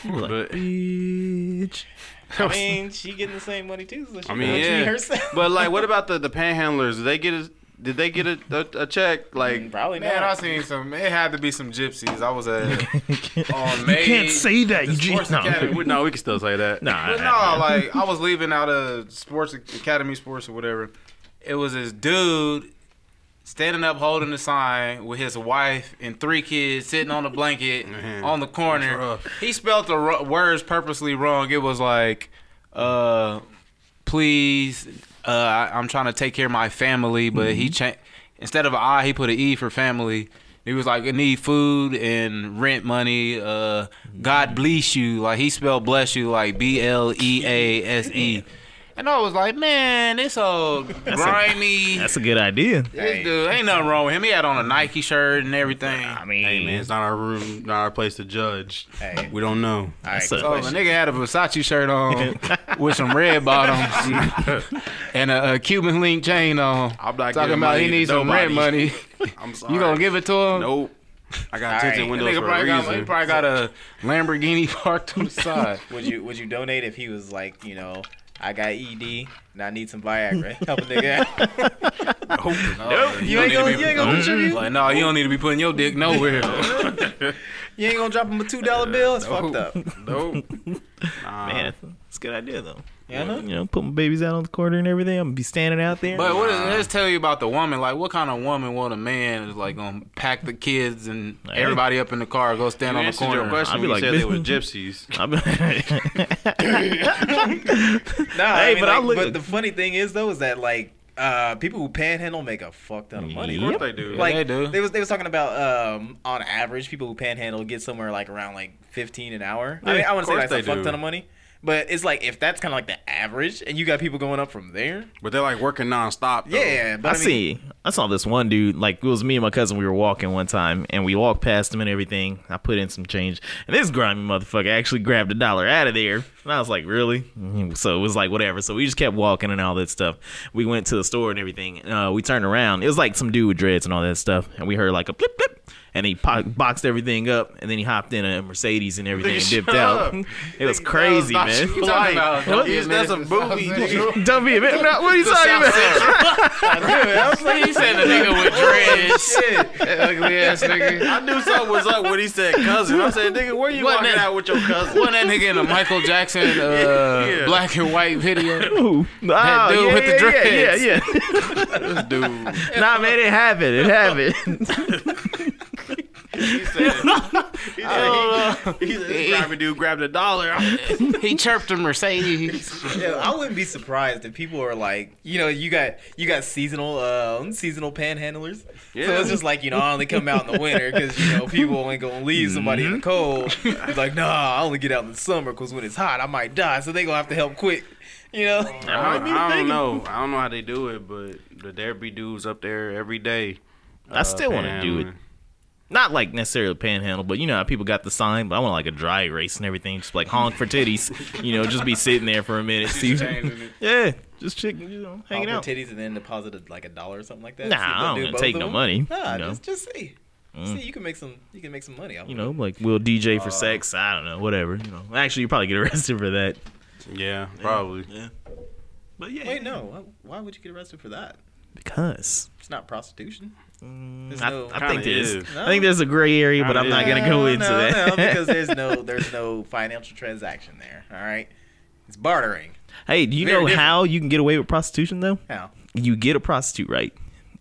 Speaker 2: Like,
Speaker 1: But-
Speaker 2: bitch.
Speaker 4: I mean, she getting the same money too. So she
Speaker 1: I mean,
Speaker 4: gonna treat
Speaker 1: yeah.
Speaker 4: herself.
Speaker 1: But like, what about the the panhandlers? Did they get a did they get a, a, a check? Like,
Speaker 4: Probably
Speaker 3: Man, I
Speaker 4: not.
Speaker 3: seen some. It had to be some gypsies. I was at.
Speaker 2: you
Speaker 3: May-
Speaker 2: can't say that.
Speaker 3: the
Speaker 2: You just
Speaker 3: Sports
Speaker 2: no.
Speaker 1: yeah, we- no, we can still say that.
Speaker 2: Nah,
Speaker 3: But no, like I was leaving out of sports academy sports or whatever. It was this dude standing up holding the sign with his wife and three kids sitting on a blanket
Speaker 1: Man,
Speaker 3: on the
Speaker 1: that's
Speaker 3: corner.
Speaker 1: rough.
Speaker 3: He spelled the ru- words purposely wrong. It was like, uh, please, uh, I, I'm trying to take care of my family, but
Speaker 2: Mm-hmm.
Speaker 3: he changed. Instead of an I, he put an E for family. He was like, I need food and rent money. Uh,
Speaker 2: Mm-hmm.
Speaker 3: God bless you. Like, he spelled bless you like B L E A S E. And I was like, man, this old grimy.
Speaker 2: that's a good idea.
Speaker 3: this dude, ain't nothing wrong with him. He had on a Nike shirt and everything.
Speaker 2: I mean,
Speaker 1: Hey man, it's not our room, not our place to judge.
Speaker 4: Hey.
Speaker 1: We don't know.
Speaker 4: All right,
Speaker 2: That's a-
Speaker 3: Oh, a nigga had a Versace shirt on with some red bottoms and a, a Cuban link chain on.
Speaker 1: I'm not
Speaker 3: Talking
Speaker 1: giving
Speaker 3: about
Speaker 1: money
Speaker 3: he
Speaker 1: to
Speaker 3: needs some rent
Speaker 1: nobody.
Speaker 3: money.
Speaker 1: I'm sorry.
Speaker 3: You gonna give it to him?
Speaker 1: Nope. I got
Speaker 4: All
Speaker 1: tinted
Speaker 4: right.
Speaker 1: windows
Speaker 3: Nigga
Speaker 1: for
Speaker 3: probably
Speaker 1: a
Speaker 3: got, he
Speaker 1: reason.
Speaker 3: probably got a Lamborghini parked on the side.
Speaker 4: Would you would you donate if he was like, you know, I got ED and I need some Viagra. Help a nigga out.
Speaker 1: Nope.
Speaker 3: No, Mm-hmm.
Speaker 4: You ain't gonna- you ain't gonna contribute?
Speaker 3: Like, no, you don't need to be putting your dick nowhere.
Speaker 4: You ain't gonna drop him a two dollar bill? It's
Speaker 1: No.
Speaker 4: fucked up.
Speaker 1: Nope. Nah.
Speaker 2: Man, it's a good idea though.
Speaker 4: Yeah, I know.
Speaker 2: You know, put my babies out on the corner and everything. I'm gonna be standing out there.
Speaker 3: But what does let's tell you about the woman? Like, what kind of woman will a man is like gonna pack the kids and
Speaker 2: Hey.
Speaker 3: everybody up in the car, go
Speaker 1: You
Speaker 3: stand on the
Speaker 1: answered
Speaker 3: corner?
Speaker 1: your question.
Speaker 2: I'd
Speaker 1: when
Speaker 2: be
Speaker 1: you
Speaker 2: like,
Speaker 1: said
Speaker 2: "Bitch."
Speaker 1: they were gypsies.
Speaker 2: I'm-
Speaker 4: Nah,
Speaker 2: Hey,
Speaker 4: I mean,
Speaker 2: but I
Speaker 4: like,
Speaker 2: look-
Speaker 4: but the funny thing is though is that like uh, people who panhandle make a fuck ton of money.
Speaker 1: Of course
Speaker 2: Yep.
Speaker 1: they do.
Speaker 4: Like
Speaker 3: they do.
Speaker 4: was they was talking about um, on average people who panhandle get somewhere like around like fifteen an hour. I
Speaker 1: Yeah,
Speaker 4: mean I
Speaker 1: of
Speaker 4: wouldn't say
Speaker 1: course
Speaker 4: that's a
Speaker 1: they
Speaker 4: fuck
Speaker 1: do.
Speaker 4: ton of money, but it's like if that's kind of like the average, and you got people going up from there.
Speaker 1: but they're like working nonstop. Though.
Speaker 4: Yeah, but
Speaker 2: I,
Speaker 4: I, mean,
Speaker 2: see. I saw this one dude. Like it was me and my cousin. We were walking one time, and we walked past him and everything. I put in some change, and this grimy motherfucker actually grabbed a dollar out of there. And I was like, really? Mhm. So it was like whatever. So we just kept walking and all that stuff. We went to the store and everything. and, Uh, we turned around. It was like some dude with dreads and all that stuff, and we heard like a blip blip. And he po- boxed everything up, and then he hopped in a Mercedes and everything, and dipped
Speaker 1: shut
Speaker 2: out.
Speaker 1: up.
Speaker 2: it was crazy,
Speaker 1: That
Speaker 2: man.
Speaker 1: was
Speaker 3: You
Speaker 1: not polite.
Speaker 3: talking about- don't be
Speaker 1: Yes, That's a
Speaker 3: a
Speaker 1: movie. nigga.
Speaker 2: Don't be a bit. no, What are you talking about?
Speaker 4: I was like,
Speaker 3: he said the nigga with dreads,
Speaker 4: shit.
Speaker 3: That ugly ass nigga.
Speaker 1: I knew something was up when he said cousin. I said, nigga, where you
Speaker 3: What
Speaker 1: walking
Speaker 3: that-
Speaker 1: out with your cousin?
Speaker 3: Wasn't that nigga in a Michael Jackson uh,
Speaker 1: Yeah.
Speaker 3: black and white video?
Speaker 2: Ooh.
Speaker 3: That
Speaker 2: Oh,
Speaker 3: dude
Speaker 2: yeah,
Speaker 3: with the
Speaker 2: yeah, yeah,
Speaker 3: dreads.
Speaker 2: Yeah, yeah.
Speaker 1: This dude.
Speaker 2: nah, man, it happened. It happened.
Speaker 1: He said, he, said he, he said this grimy dude grabbed a dollar.
Speaker 3: He chirped a Mercedes.
Speaker 4: Yeah, I wouldn't be surprised if people are like, you know, you got you got seasonal um, seasonal panhandlers. So
Speaker 1: Yeah.
Speaker 4: it's just like you know, I only come out in the winter because you know people ain't gonna leave somebody
Speaker 2: Mm-hmm.
Speaker 4: in the cold. It's like, nah, I only get out in the summer because when it's hot, I might die. So they gonna have to help quick. You know,
Speaker 1: I don't, I don't know. I don't know how they do it, but the therapy dudes up there every day.
Speaker 2: I still want to do it. Not like necessarily panhandle, but you know how people got the sign. But I want like a dry erase and everything. Just like honk for titties. You know, just be sitting there for a minute. See, yeah, just chick, you know, hanging
Speaker 4: Offer
Speaker 2: out.
Speaker 4: titties and then deposited like a dollar or something like that.
Speaker 2: Nah,
Speaker 4: See if
Speaker 2: I
Speaker 4: they'll
Speaker 2: don't
Speaker 4: do
Speaker 2: gonna
Speaker 4: both
Speaker 2: take
Speaker 4: of
Speaker 2: no
Speaker 4: them.
Speaker 2: money,
Speaker 4: Nah,
Speaker 2: you know. Mm.
Speaker 4: just just see. See, you can make some you can make some money. Off
Speaker 2: You
Speaker 4: you
Speaker 2: know, like will DJ for sex. I don't know, whatever. You know, actually, you probably get arrested for that.
Speaker 1: Yeah, probably.
Speaker 2: But yeah,
Speaker 4: Wait, no. why- Why would you get arrested for that?
Speaker 2: because
Speaker 4: It's not prostitution. There's
Speaker 2: Mm, I,
Speaker 4: no-
Speaker 2: I think
Speaker 1: Kinda
Speaker 2: there's,
Speaker 1: is.
Speaker 2: I think there's a gray area, but I'm
Speaker 1: Kinda
Speaker 2: not
Speaker 1: is.
Speaker 2: gonna go into
Speaker 4: no,
Speaker 2: that
Speaker 4: No, because there's no there's no financial transaction there. All right, it's bartering.
Speaker 2: Hey, do you
Speaker 4: Very
Speaker 2: know
Speaker 4: different.
Speaker 2: how you can get away with prostitution though?
Speaker 4: Now,
Speaker 2: You get a prostitute, right?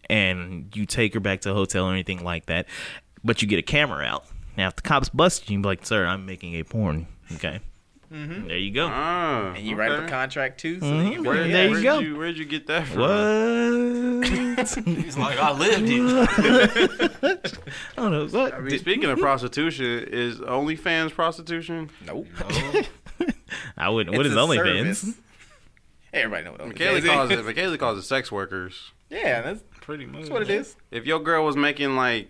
Speaker 2: And you take her back to a hotel or anything like that, but you get a camera out. Now, if the cops bust you, you be like, "Sir, I'm making a porn." Okay, there you go.
Speaker 3: Uh-huh.
Speaker 1: Ah,
Speaker 3: Uh,
Speaker 4: and you write up a
Speaker 1: okay.
Speaker 4: contract too, so that you can be
Speaker 1: Where,
Speaker 4: like,
Speaker 2: There you
Speaker 1: where'd
Speaker 2: go.
Speaker 1: You, where'd you get that from?
Speaker 2: What?
Speaker 3: He's like, I lived it.
Speaker 2: I don't know. What?
Speaker 1: I mean, speaking of prostitution, is OnlyFans prostitution?
Speaker 4: nope.
Speaker 2: I wouldn't.
Speaker 4: It's
Speaker 2: What is
Speaker 4: a
Speaker 2: OnlyFans?
Speaker 4: service. Everybody know what
Speaker 1: Michaela
Speaker 4: OnlyFans
Speaker 1: calls it.
Speaker 4: is.
Speaker 1: Michaela calls it sex workers.
Speaker 4: Yeah, that's,
Speaker 3: Pretty much.
Speaker 4: that's what it is.
Speaker 1: If your girl was making like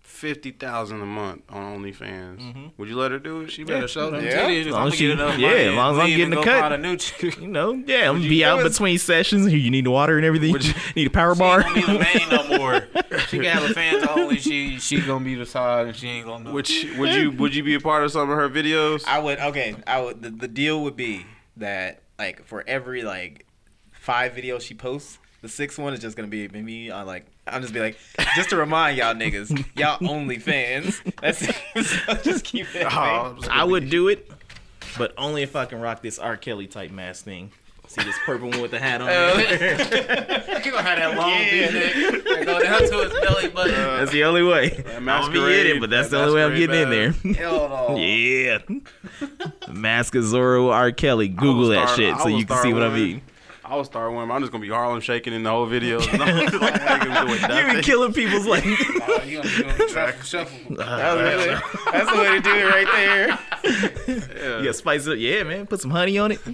Speaker 1: fifty thousand a month on OnlyFans, would you let her do it? She
Speaker 3: Better show them
Speaker 4: Yeah.
Speaker 3: titties.
Speaker 2: As long
Speaker 3: I'ma
Speaker 2: as you-
Speaker 3: get enough
Speaker 2: yeah,
Speaker 3: money
Speaker 2: as long as I'm
Speaker 3: leave
Speaker 2: getting
Speaker 3: and
Speaker 2: the
Speaker 3: go
Speaker 2: cut.
Speaker 3: find a new chick.
Speaker 2: You know, yeah, I'm gonna be out
Speaker 4: was-
Speaker 2: between sessions. You need water and everything.
Speaker 1: Would you-
Speaker 2: need a power
Speaker 3: She
Speaker 2: bar.
Speaker 3: ain't gonna be the main no more. She can have a fans only. She she gonna be the side, and she ain't gonna know.
Speaker 1: Which would you would you be a part of some of her videos?
Speaker 4: I would okay. I would the, the deal would be that like for every like five videos she posts, the sixth one is just gonna be me. I like I'm just be like just to remind y'all niggas, y'all only fans. That's it. so just keep it.
Speaker 1: Oh,
Speaker 2: I would do it, but only if I can rock this R. Kelly type mask thing. See this purple one with the hat on.
Speaker 3: Oh, She gonna have that long
Speaker 4: Yeah.
Speaker 3: V-neck that go down to his belly button.
Speaker 2: that's the only way. I'll be in it,
Speaker 1: masquerade-
Speaker 2: but that's
Speaker 1: that
Speaker 2: the only way I'm getting
Speaker 1: masquerade
Speaker 2: in there. yeah. Mask of Zorro R. Kelly. Google that
Speaker 1: start-
Speaker 2: shit
Speaker 1: I
Speaker 2: so
Speaker 1: will
Speaker 2: you can
Speaker 1: start
Speaker 2: see what I
Speaker 1: one.
Speaker 2: mean.
Speaker 1: I would start one. but I'm just gonna be Harlem shaking in the whole video. And I'm just like, I ain't gonna do it
Speaker 2: You be
Speaker 1: nothing.
Speaker 2: killing people's like.
Speaker 3: Oh, you gonna, you gonna shuffle, shuffle.
Speaker 4: That's, that's the way to do it right there.
Speaker 1: Yeah.
Speaker 2: yeah, spice it up. Yeah, man. Put some honey on it.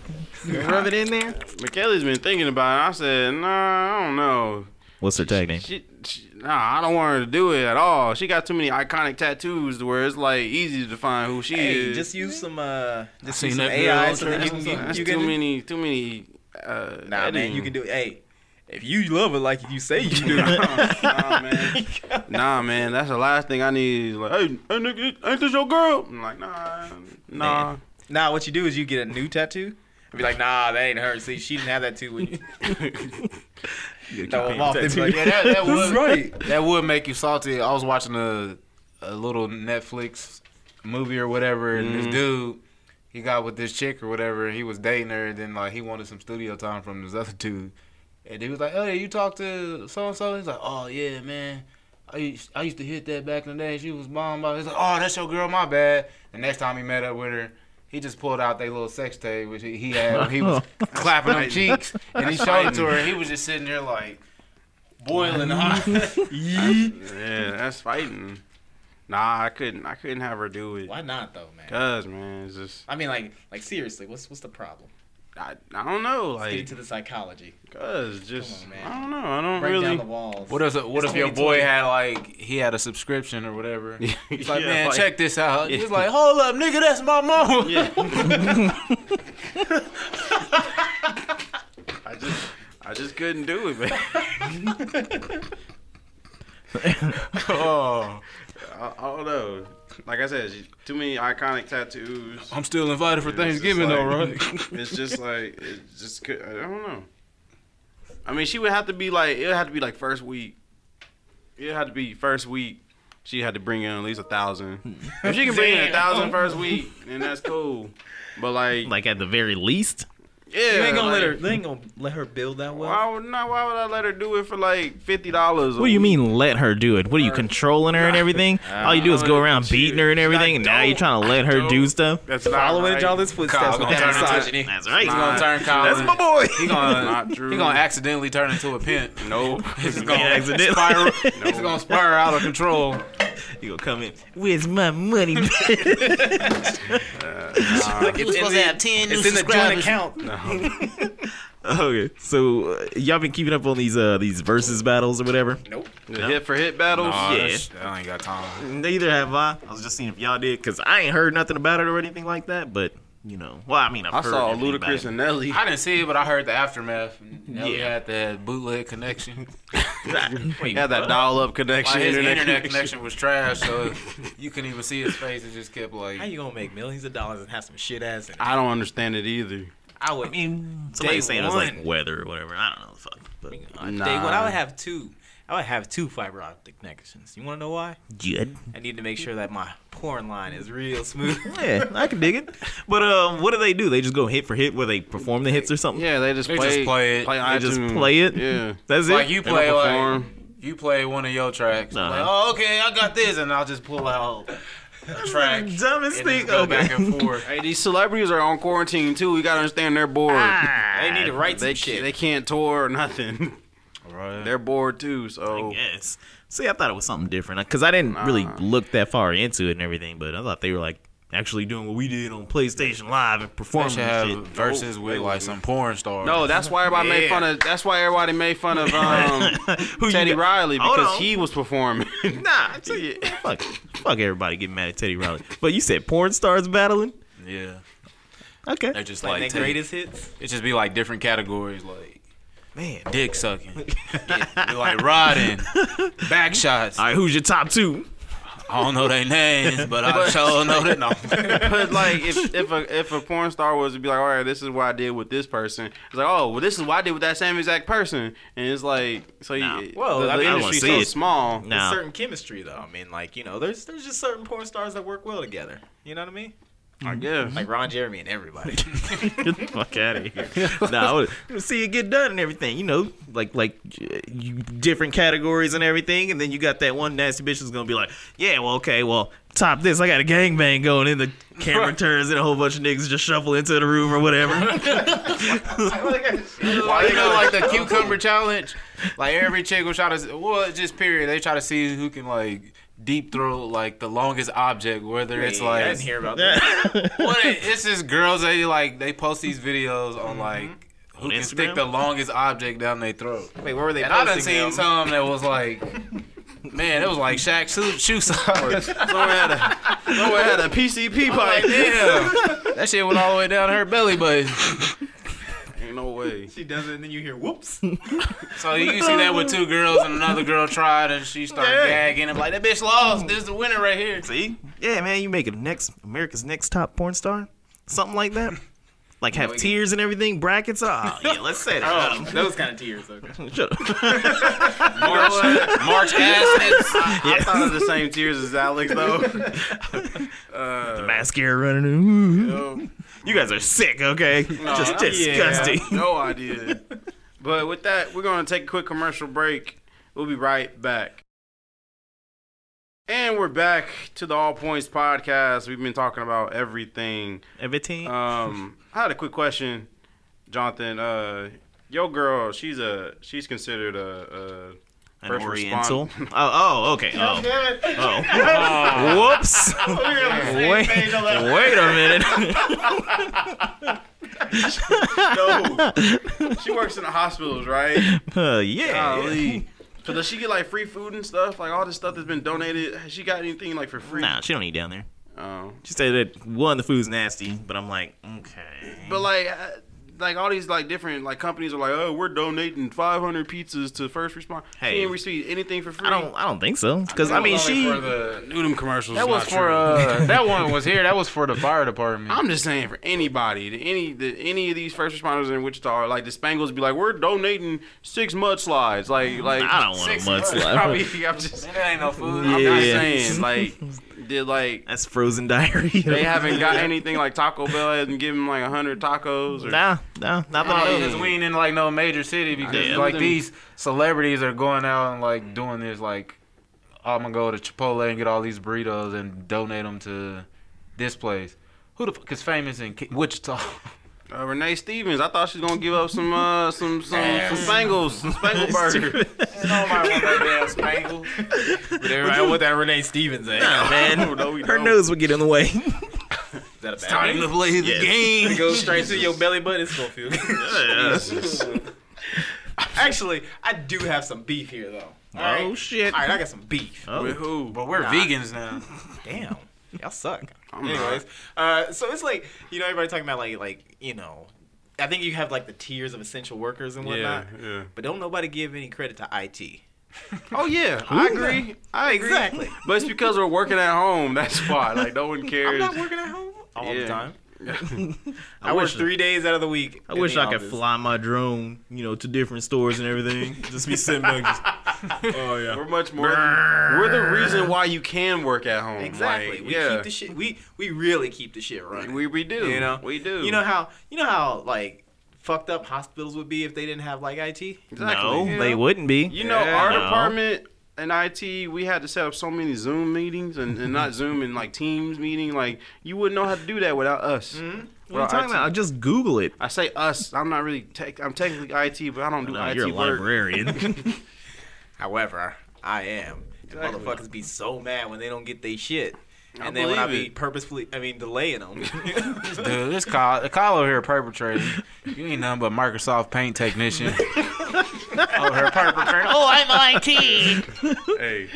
Speaker 2: Rub it in there.
Speaker 1: Michaela's been thinking about it. I said, Nah, I don't know.
Speaker 2: What's her tag name?
Speaker 1: She, she, nah, I don't want her to do it at all. She got too many iconic tattoos to where it's like easy to define who she
Speaker 4: Hey,
Speaker 1: is.
Speaker 4: just use some uh, just
Speaker 3: I
Speaker 4: use
Speaker 3: seen
Speaker 4: some
Speaker 3: that girl
Speaker 4: AI
Speaker 3: on
Speaker 4: so that you can
Speaker 1: That's
Speaker 4: you, you
Speaker 1: too
Speaker 4: can
Speaker 1: many, too many. Uh,
Speaker 4: nah man,
Speaker 1: editing.
Speaker 4: you can do it. Hey, if you love it like you say you do,
Speaker 1: nah, man. Nah, man. That's the last thing I need. Is like, hey, hey, nigga, ain't this your girl? I'm like, nah, nah.
Speaker 4: nah, what you do is you get a new tattoo. I'd be like, nah, that ain't her. See, she didn't have that too. When you throw 'em off, they'd be like,
Speaker 3: Yeah, that, that
Speaker 4: That's
Speaker 3: would
Speaker 4: right.
Speaker 3: that would make you salty. I was watching a a little Netflix movie or whatever, and
Speaker 4: Mm-hmm.
Speaker 3: this dude he got with this chick or whatever, and he was dating her, and then like he wanted some studio time from this other dude, and he was like, "Hey, you talk to so and so?" He's like, "Oh yeah, man." I used, I used to hit that back in the day. She was bomb. He's like, oh, that's your girl. My bad. The next time he met up with her, he just pulled out their little sex tape, which he, he had. when He was clapping her cheeks, and he showed it to her. He was just sitting there like boiling hot.
Speaker 1: Yeah, that's fighting. Nah, I couldn't. I couldn't have her do it.
Speaker 4: Why not though, man?
Speaker 1: Cause man, it's just
Speaker 4: I mean, like, like seriously, what's what's the problem?
Speaker 1: I, I don't know.
Speaker 4: Let's get
Speaker 1: Like,
Speaker 4: into the psychology.
Speaker 1: cause just
Speaker 4: Come on, man.
Speaker 1: I don't know. I don't
Speaker 4: Break down the
Speaker 1: really.
Speaker 4: walls.
Speaker 3: What if what
Speaker 4: It's
Speaker 3: if your boy
Speaker 4: 2020.
Speaker 3: had like he had a subscription or whatever? He's like,
Speaker 1: Yeah,
Speaker 3: man,
Speaker 1: like-
Speaker 3: check this out.
Speaker 1: Yeah.
Speaker 3: He's like, hold up, nigga, that's my mama.
Speaker 1: I just I just couldn't do it, man.
Speaker 3: Oh,
Speaker 1: I, I don't know. Like I said, she- too many iconic tattoos.
Speaker 3: I'm still invited for
Speaker 1: It was just
Speaker 3: Thanksgiving though,
Speaker 1: like-
Speaker 3: right?
Speaker 1: It's just like it just could. I don't know. I mean, she would have to be like it would have to be like first week. It had to be first week. She had to bring in at least a thousand. If she can bring in a
Speaker 4: Damn.
Speaker 1: thousand first week, then that's cool. But like,
Speaker 2: Like at the very least,
Speaker 1: yeah,
Speaker 4: You ain't gonna let
Speaker 1: like,
Speaker 4: her. They ain't gonna let her build that well.
Speaker 1: Why would not? Why would I let her do it for like fifty dollars?
Speaker 2: what do you mean let her do it? What are you controlling her and everything? All you do is go around beating her and everything, and now you're trying to let her do stuff.
Speaker 1: That's not
Speaker 4: Following
Speaker 1: right.
Speaker 4: all his
Speaker 3: Kyle's
Speaker 4: footsteps with
Speaker 3: gonna
Speaker 4: that
Speaker 3: turn into-
Speaker 4: misogyny.
Speaker 2: That's right.
Speaker 3: He's gonna turn Colin.
Speaker 2: That's my boy.
Speaker 3: He gonna
Speaker 1: Not true.
Speaker 3: He gonna accidentally turn into a pimp.
Speaker 1: No,
Speaker 3: He's just gonna
Speaker 2: accidentally.
Speaker 3: spiral. He's gonna spiral out of control.
Speaker 2: You gonna come in? Where's my money? bitch?"
Speaker 4: Look, it's in the-
Speaker 2: ten
Speaker 4: It's in the joint account.
Speaker 2: Okay, so uh, y'all been keeping up on these uh these versus battles or whatever?
Speaker 4: Nope.
Speaker 1: the hit for hit battles.
Speaker 3: Nah,
Speaker 2: Yeah.
Speaker 3: that's- I ain't got time.
Speaker 2: Neither have I. I was just seeing if y'all did, cause I ain't heard nothing about it or anything like that. But you know, well, I mean, I've
Speaker 1: I
Speaker 2: heard
Speaker 1: saw
Speaker 2: everything about
Speaker 1: Ludacris
Speaker 2: it.
Speaker 1: and Nelly.
Speaker 3: I didn't see it, but I heard the aftermath. Nelly
Speaker 2: Yeah.
Speaker 3: had that bootleg connection.
Speaker 2: Wait,
Speaker 1: had that
Speaker 2: what?
Speaker 1: dial-up connection.
Speaker 3: Like his internet, connection was trash, so you couldn't even see his face. It just kept like
Speaker 4: How you gonna make millions of dollars and have some shit ass in it?
Speaker 1: I don't understand it either.
Speaker 4: I would.
Speaker 2: I mean, somebody
Speaker 4: Day
Speaker 2: saying it was like
Speaker 4: one.
Speaker 2: weather or whatever. I don't know the fuck. But
Speaker 4: On
Speaker 1: Nah.
Speaker 4: day one, I would have two. I would have two fiber optic connections. You want to know why?
Speaker 2: Judd.
Speaker 4: I need to make sure that my porn line is real smooth.
Speaker 2: Yeah, I can dig it. But um, what do they do? They just go hit for hit where they perform the hits or something.
Speaker 1: Yeah, they just
Speaker 3: They
Speaker 1: play
Speaker 3: just play it.
Speaker 2: They just
Speaker 1: iTunes.
Speaker 2: play it?
Speaker 1: Yeah.
Speaker 2: That's it.
Speaker 3: like you
Speaker 1: They
Speaker 3: play
Speaker 1: don't
Speaker 3: like
Speaker 1: perform.
Speaker 3: you play one of your tracks.
Speaker 2: Uh-huh.
Speaker 3: Like, oh, okay, I got this, and I'll just pull out a track and
Speaker 2: dumbest
Speaker 3: just
Speaker 2: thing.
Speaker 3: go
Speaker 2: Okay.
Speaker 3: back and forth.
Speaker 1: Hey, these celebrities are on quarantine too. We gotta understand they're bored.
Speaker 2: Ah,
Speaker 4: they need to write some
Speaker 1: they
Speaker 4: shit.
Speaker 1: can't, they can't tour or nothing. They're bored too. So
Speaker 2: Yes. See, I thought it was something different because I didn't really
Speaker 1: Nah.
Speaker 2: look that far into it and everything, but I thought they were like actually doing what we did on PlayStation Live and
Speaker 3: They
Speaker 2: performing
Speaker 3: should
Speaker 2: and
Speaker 3: have
Speaker 2: shit.
Speaker 3: verses with like some porn stars.
Speaker 1: no, that's why everybody made fun of. That's why everybody made fun of um,
Speaker 2: Who you
Speaker 1: Teddy
Speaker 2: got-
Speaker 1: Riley
Speaker 2: Hold
Speaker 1: because
Speaker 2: on.
Speaker 1: he was performing.
Speaker 2: Nah, it's like, fuck, fuck everybody getting mad at Teddy Riley. But you said porn stars battling.
Speaker 3: yeah,
Speaker 2: Okay,
Speaker 3: they're just
Speaker 4: like,
Speaker 3: like,
Speaker 4: their greatest hits.
Speaker 3: It just be like different categories, like
Speaker 2: man.
Speaker 3: dick sucking, Be like riding, back shots.
Speaker 2: All
Speaker 3: I
Speaker 2: right, who's your top two?
Speaker 3: don't know their names, but I sure know that. No.
Speaker 1: but like, if if a if a porn star was to be like, all right, this is what I did with this person. It's like, oh, well, this is what I did with that same exact person. And it's like, so
Speaker 2: Nah.
Speaker 1: you,
Speaker 4: Well,
Speaker 1: the,
Speaker 4: I
Speaker 1: the
Speaker 4: mean, I don't
Speaker 1: industry's
Speaker 2: wanna see
Speaker 1: so
Speaker 2: it.
Speaker 1: small.
Speaker 4: There's
Speaker 2: Now,
Speaker 4: certain chemistry though. I mean, like you know, there's there's just certain porn stars that work well together. You know what I mean?
Speaker 1: I guess.
Speaker 4: Like Ron Jeremy and everybody.
Speaker 2: get the fuck out of here. nah, I would I would see it get done and everything. You know, like like uh, you, different categories and everything, and then you got that one nasty bitch who's gonna be like, yeah, well, okay, well, top this. I got a gangbang going, and the camera turns, and a whole bunch of niggas just shuffle into the room or whatever.
Speaker 3: Why you know like the cucumber challenge? Like every chick will try to well, just period. They try to see who can like deep throat like the longest object, whether it's
Speaker 4: I
Speaker 3: like
Speaker 4: didn't hear about that.
Speaker 3: what it- it's just girls they like they post these videos Mm-hmm. on like who
Speaker 2: On
Speaker 3: can
Speaker 2: Instagram?
Speaker 3: stick the longest object down their throat.
Speaker 4: Wait, where were they
Speaker 3: And I
Speaker 4: posting
Speaker 3: done seen
Speaker 4: them?
Speaker 3: some that was like man, it was like Shaq shoe, shoe size.
Speaker 1: Someone had a, someone had a PCP pipe.
Speaker 3: Like damn, that shit went all the way down her belly button.
Speaker 1: Ain't no way.
Speaker 4: She does it, and then you hear whoops.
Speaker 3: So you can see that with two girls and another girl tried and she started gagging. I'm like, that bitch lost. This is the winner right here.
Speaker 2: See, yeah, man, you make it next America's next top porn star, something like that. Like have
Speaker 4: we can-
Speaker 2: tears and everything, brackets. Oh, yeah, let's say that.
Speaker 4: Oh, those kind of tears.
Speaker 1: Oh.
Speaker 4: Okay.
Speaker 2: Shut up.
Speaker 3: March, March Asness.
Speaker 1: I, I thought of the same tears as Alex though.
Speaker 2: the mascara running.
Speaker 1: Oh,
Speaker 2: You guys are sick, okay? Just
Speaker 1: yeah,
Speaker 2: disgusting.
Speaker 1: no idea. But with that, we're gonna take a quick commercial break. We'll be right back. And we're back to the All Points podcast. We've been talking about everything.
Speaker 2: Everything.
Speaker 1: Um, I had a quick question, Jonathan. Uh, your girl, she's a she's considered a, a
Speaker 2: An
Speaker 1: first
Speaker 2: Oriental.
Speaker 1: respond-
Speaker 2: Oh, oh, okay. Oh, oh. Whoops. Wait, wait a minute.
Speaker 1: No. she works in the hospitals, right?
Speaker 2: Uh, yeah.
Speaker 1: Golly. So does she get like free food and stuff? Like all this stuff that's been donated, has she got anything like for free?
Speaker 2: Nah, she don't eat down there.
Speaker 1: Oh.
Speaker 2: She said that one, the food's nasty, but I'm like, okay.
Speaker 1: But like, uh, like all these like different like companies are like, oh, we're donating 500 pizzas to first respond.
Speaker 2: Hey.
Speaker 1: she ain't receive anything for free. Uh,
Speaker 2: I don't. I don't think so. Because I mean, she.
Speaker 1: knew them commercials.
Speaker 3: That was for uh, that one was here. That was for the fire department.
Speaker 1: I'm just saying for anybody, the, any the, any of these first responders in Wichita, are like the Spangles, be like, we're donating six mudslides. Like like
Speaker 2: Mm, I don't want a
Speaker 1: six-
Speaker 2: mudslide.
Speaker 1: Probably, I'm just,
Speaker 3: That ain't no food.
Speaker 1: I'm
Speaker 2: Yeah.
Speaker 1: just saying like did like
Speaker 2: That's frozen diarrhea.
Speaker 1: they haven't got anything like Taco Bell hasn't given them like hundred tacos or
Speaker 2: Nah, nah, not that I know.
Speaker 1: Oh.
Speaker 3: Because Oh, we ain't in like no major city because
Speaker 2: Yeah.
Speaker 3: like these celebrities are going out and like doing this like I'm gonna go to Chipotle and get all these burritos and donate them to this place. Who the fuck is famous in Ki- Wichita?
Speaker 1: uh, Renee Stevens. I thought she was gonna give up some uh some some, some Spangles, some Spangle burger.
Speaker 4: But everybody want that Renee Stevens eh? at.
Speaker 2: Nah, man.
Speaker 1: no, we
Speaker 2: Her
Speaker 1: don't.
Speaker 2: nose would get in the way.
Speaker 4: Is that a bad name?
Speaker 2: play the game.
Speaker 4: It goes straight to your belly button. It's gonna feel good. Actually, I do have some beef here though. All right,
Speaker 2: Oh shit.
Speaker 4: All right, I got some beef.
Speaker 1: With who?
Speaker 3: But we're vegans now.
Speaker 4: Oh. Damn, y'all suck.
Speaker 1: I'm not.
Speaker 4: Anyways, uh, so it's like you know everybody talking about like like you know, I think you have like the tiers of essential workers and whatnot,
Speaker 1: Yeah, yeah.
Speaker 4: but don't nobody give any credit to IT.
Speaker 1: Oh yeah, I agree. I agree.
Speaker 4: Exactly.
Speaker 1: But it's because we're working at home. That's why. Like no one
Speaker 4: I'm
Speaker 1: cares.
Speaker 4: not working at home all the
Speaker 1: Yeah.
Speaker 4: time.
Speaker 2: I
Speaker 4: I, work
Speaker 2: wish-
Speaker 4: three days out of the week.
Speaker 2: I
Speaker 4: in
Speaker 2: wish
Speaker 4: the
Speaker 2: I could
Speaker 4: office.
Speaker 2: fly my drone, you know, to different stores and everything. Just be sitting back. Just, oh yeah.
Speaker 1: We're much more. we're the reason why you can work at home.
Speaker 4: Exactly.
Speaker 1: Like,
Speaker 4: we
Speaker 1: yeah.
Speaker 4: keep the shit. We we really keep the shit running.
Speaker 1: we we do.
Speaker 4: You know?
Speaker 1: We do.
Speaker 4: You know how you know how like fucked up hospitals would be if they didn't have like IT.
Speaker 1: Exactly.
Speaker 2: No,
Speaker 1: Yeah.
Speaker 2: they wouldn't be.
Speaker 1: You know our
Speaker 2: No.
Speaker 1: department and IT. We had to set up so many Zoom meetings and, and not Zoom and like Teams meeting. Like you wouldn't know how to do that without us.
Speaker 4: Mm-hmm.
Speaker 2: what are you talking about? I just Google it.
Speaker 1: I say us. I'm not really tech. I'm technically IT, but I don't do
Speaker 2: No,
Speaker 1: IT
Speaker 2: you're a
Speaker 1: work.
Speaker 2: librarian.
Speaker 4: However, I am. And
Speaker 1: Exactly.
Speaker 4: motherfuckers be so mad when they don't get they shit.
Speaker 1: I
Speaker 4: And then when I
Speaker 1: believe
Speaker 4: be
Speaker 1: it.
Speaker 4: purposefully, I mean, delaying them.
Speaker 3: Dude, this Kyle, Kyle over here perpetrating. You ain't nothing but Microsoft Paint technician. over here perpetrating. Oh,
Speaker 1: Hey.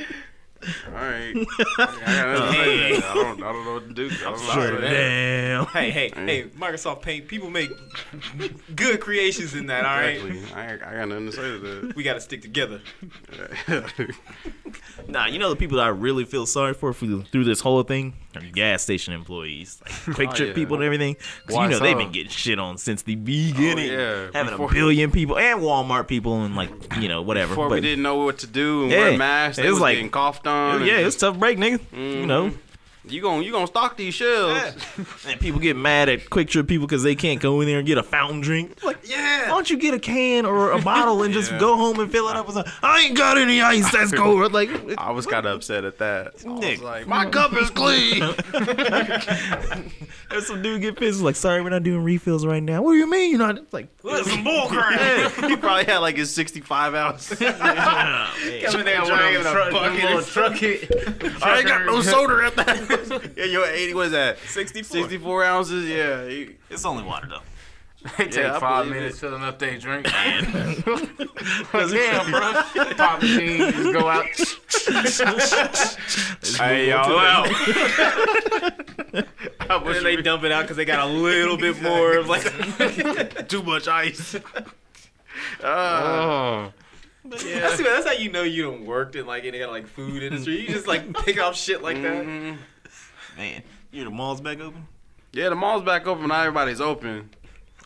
Speaker 1: All right. I, gotta say that. I don't, I don't know what to do. I don't know.
Speaker 4: sorry, man.
Speaker 2: Damn.
Speaker 4: hey, hey, hey, Microsoft Paint, people make good creations in that, all right?
Speaker 1: Exactly. I, I got nothing to say to
Speaker 4: We got to stick together.
Speaker 1: that.
Speaker 2: Nah, you know the people that I really feel sorry for through through this whole thing are gas station employees, like quick
Speaker 1: Oh,
Speaker 2: trip
Speaker 1: yeah.
Speaker 2: people and everything. 'Cause
Speaker 3: Why
Speaker 2: you know they've
Speaker 3: so?
Speaker 2: been getting shit on since the beginning.
Speaker 1: Oh, yeah.
Speaker 2: having
Speaker 1: Before-
Speaker 2: a billion people and Walmart people and like you know whatever.
Speaker 1: Before we
Speaker 2: but
Speaker 1: didn't know what to do and
Speaker 2: Yeah.
Speaker 1: wear masks,
Speaker 2: It
Speaker 1: they
Speaker 2: was
Speaker 1: was
Speaker 2: like-
Speaker 1: getting coughed on.
Speaker 2: yeah,
Speaker 1: and-
Speaker 2: it's a tough break, nigga. You know,
Speaker 1: you gon' you gonna stock these shelves.
Speaker 2: and people get mad at quick trip people because they can't go in there and get a fountain drink. Like, why
Speaker 4: Yeah.
Speaker 2: don't you get a can or a bottle and just
Speaker 1: Yeah.
Speaker 2: go home and fill it up with a, I ain't got any ice. That's cold. Like,
Speaker 1: I was kind of upset at that. I was
Speaker 2: Nick.
Speaker 1: like, my cup is clean.
Speaker 2: there's some dude get pissed. Like, sorry, we're not doing refills right now. What do you mean? You're not like.
Speaker 4: That's some bull crap.
Speaker 1: Yeah, he probably had like his 65 ounce.
Speaker 4: Come in there wearing a bucket.
Speaker 1: I ain't got no soda at that. yeah, yo, 80 was that
Speaker 2: 64.
Speaker 1: 64 ounces. Yeah, he-
Speaker 2: It's only water though.
Speaker 3: they take
Speaker 1: Yeah, I
Speaker 3: five
Speaker 1: believe
Speaker 3: minutes filling up their drink. Damn, bro. Pop machine, just go out.
Speaker 1: Hey
Speaker 3: Oh,
Speaker 1: y'all,
Speaker 4: Wow.
Speaker 1: I wish
Speaker 4: And they dump it out because they got a little bit more of like.
Speaker 1: too much ice. uh,
Speaker 3: Oh.
Speaker 4: That's, that's how you know you don't worked in like any kind of like food industry. You just like pick off shit like that.
Speaker 1: Mm-hmm.
Speaker 2: Man, you hear the malls back open?
Speaker 1: Yeah, the mall's back open. Now everybody's open.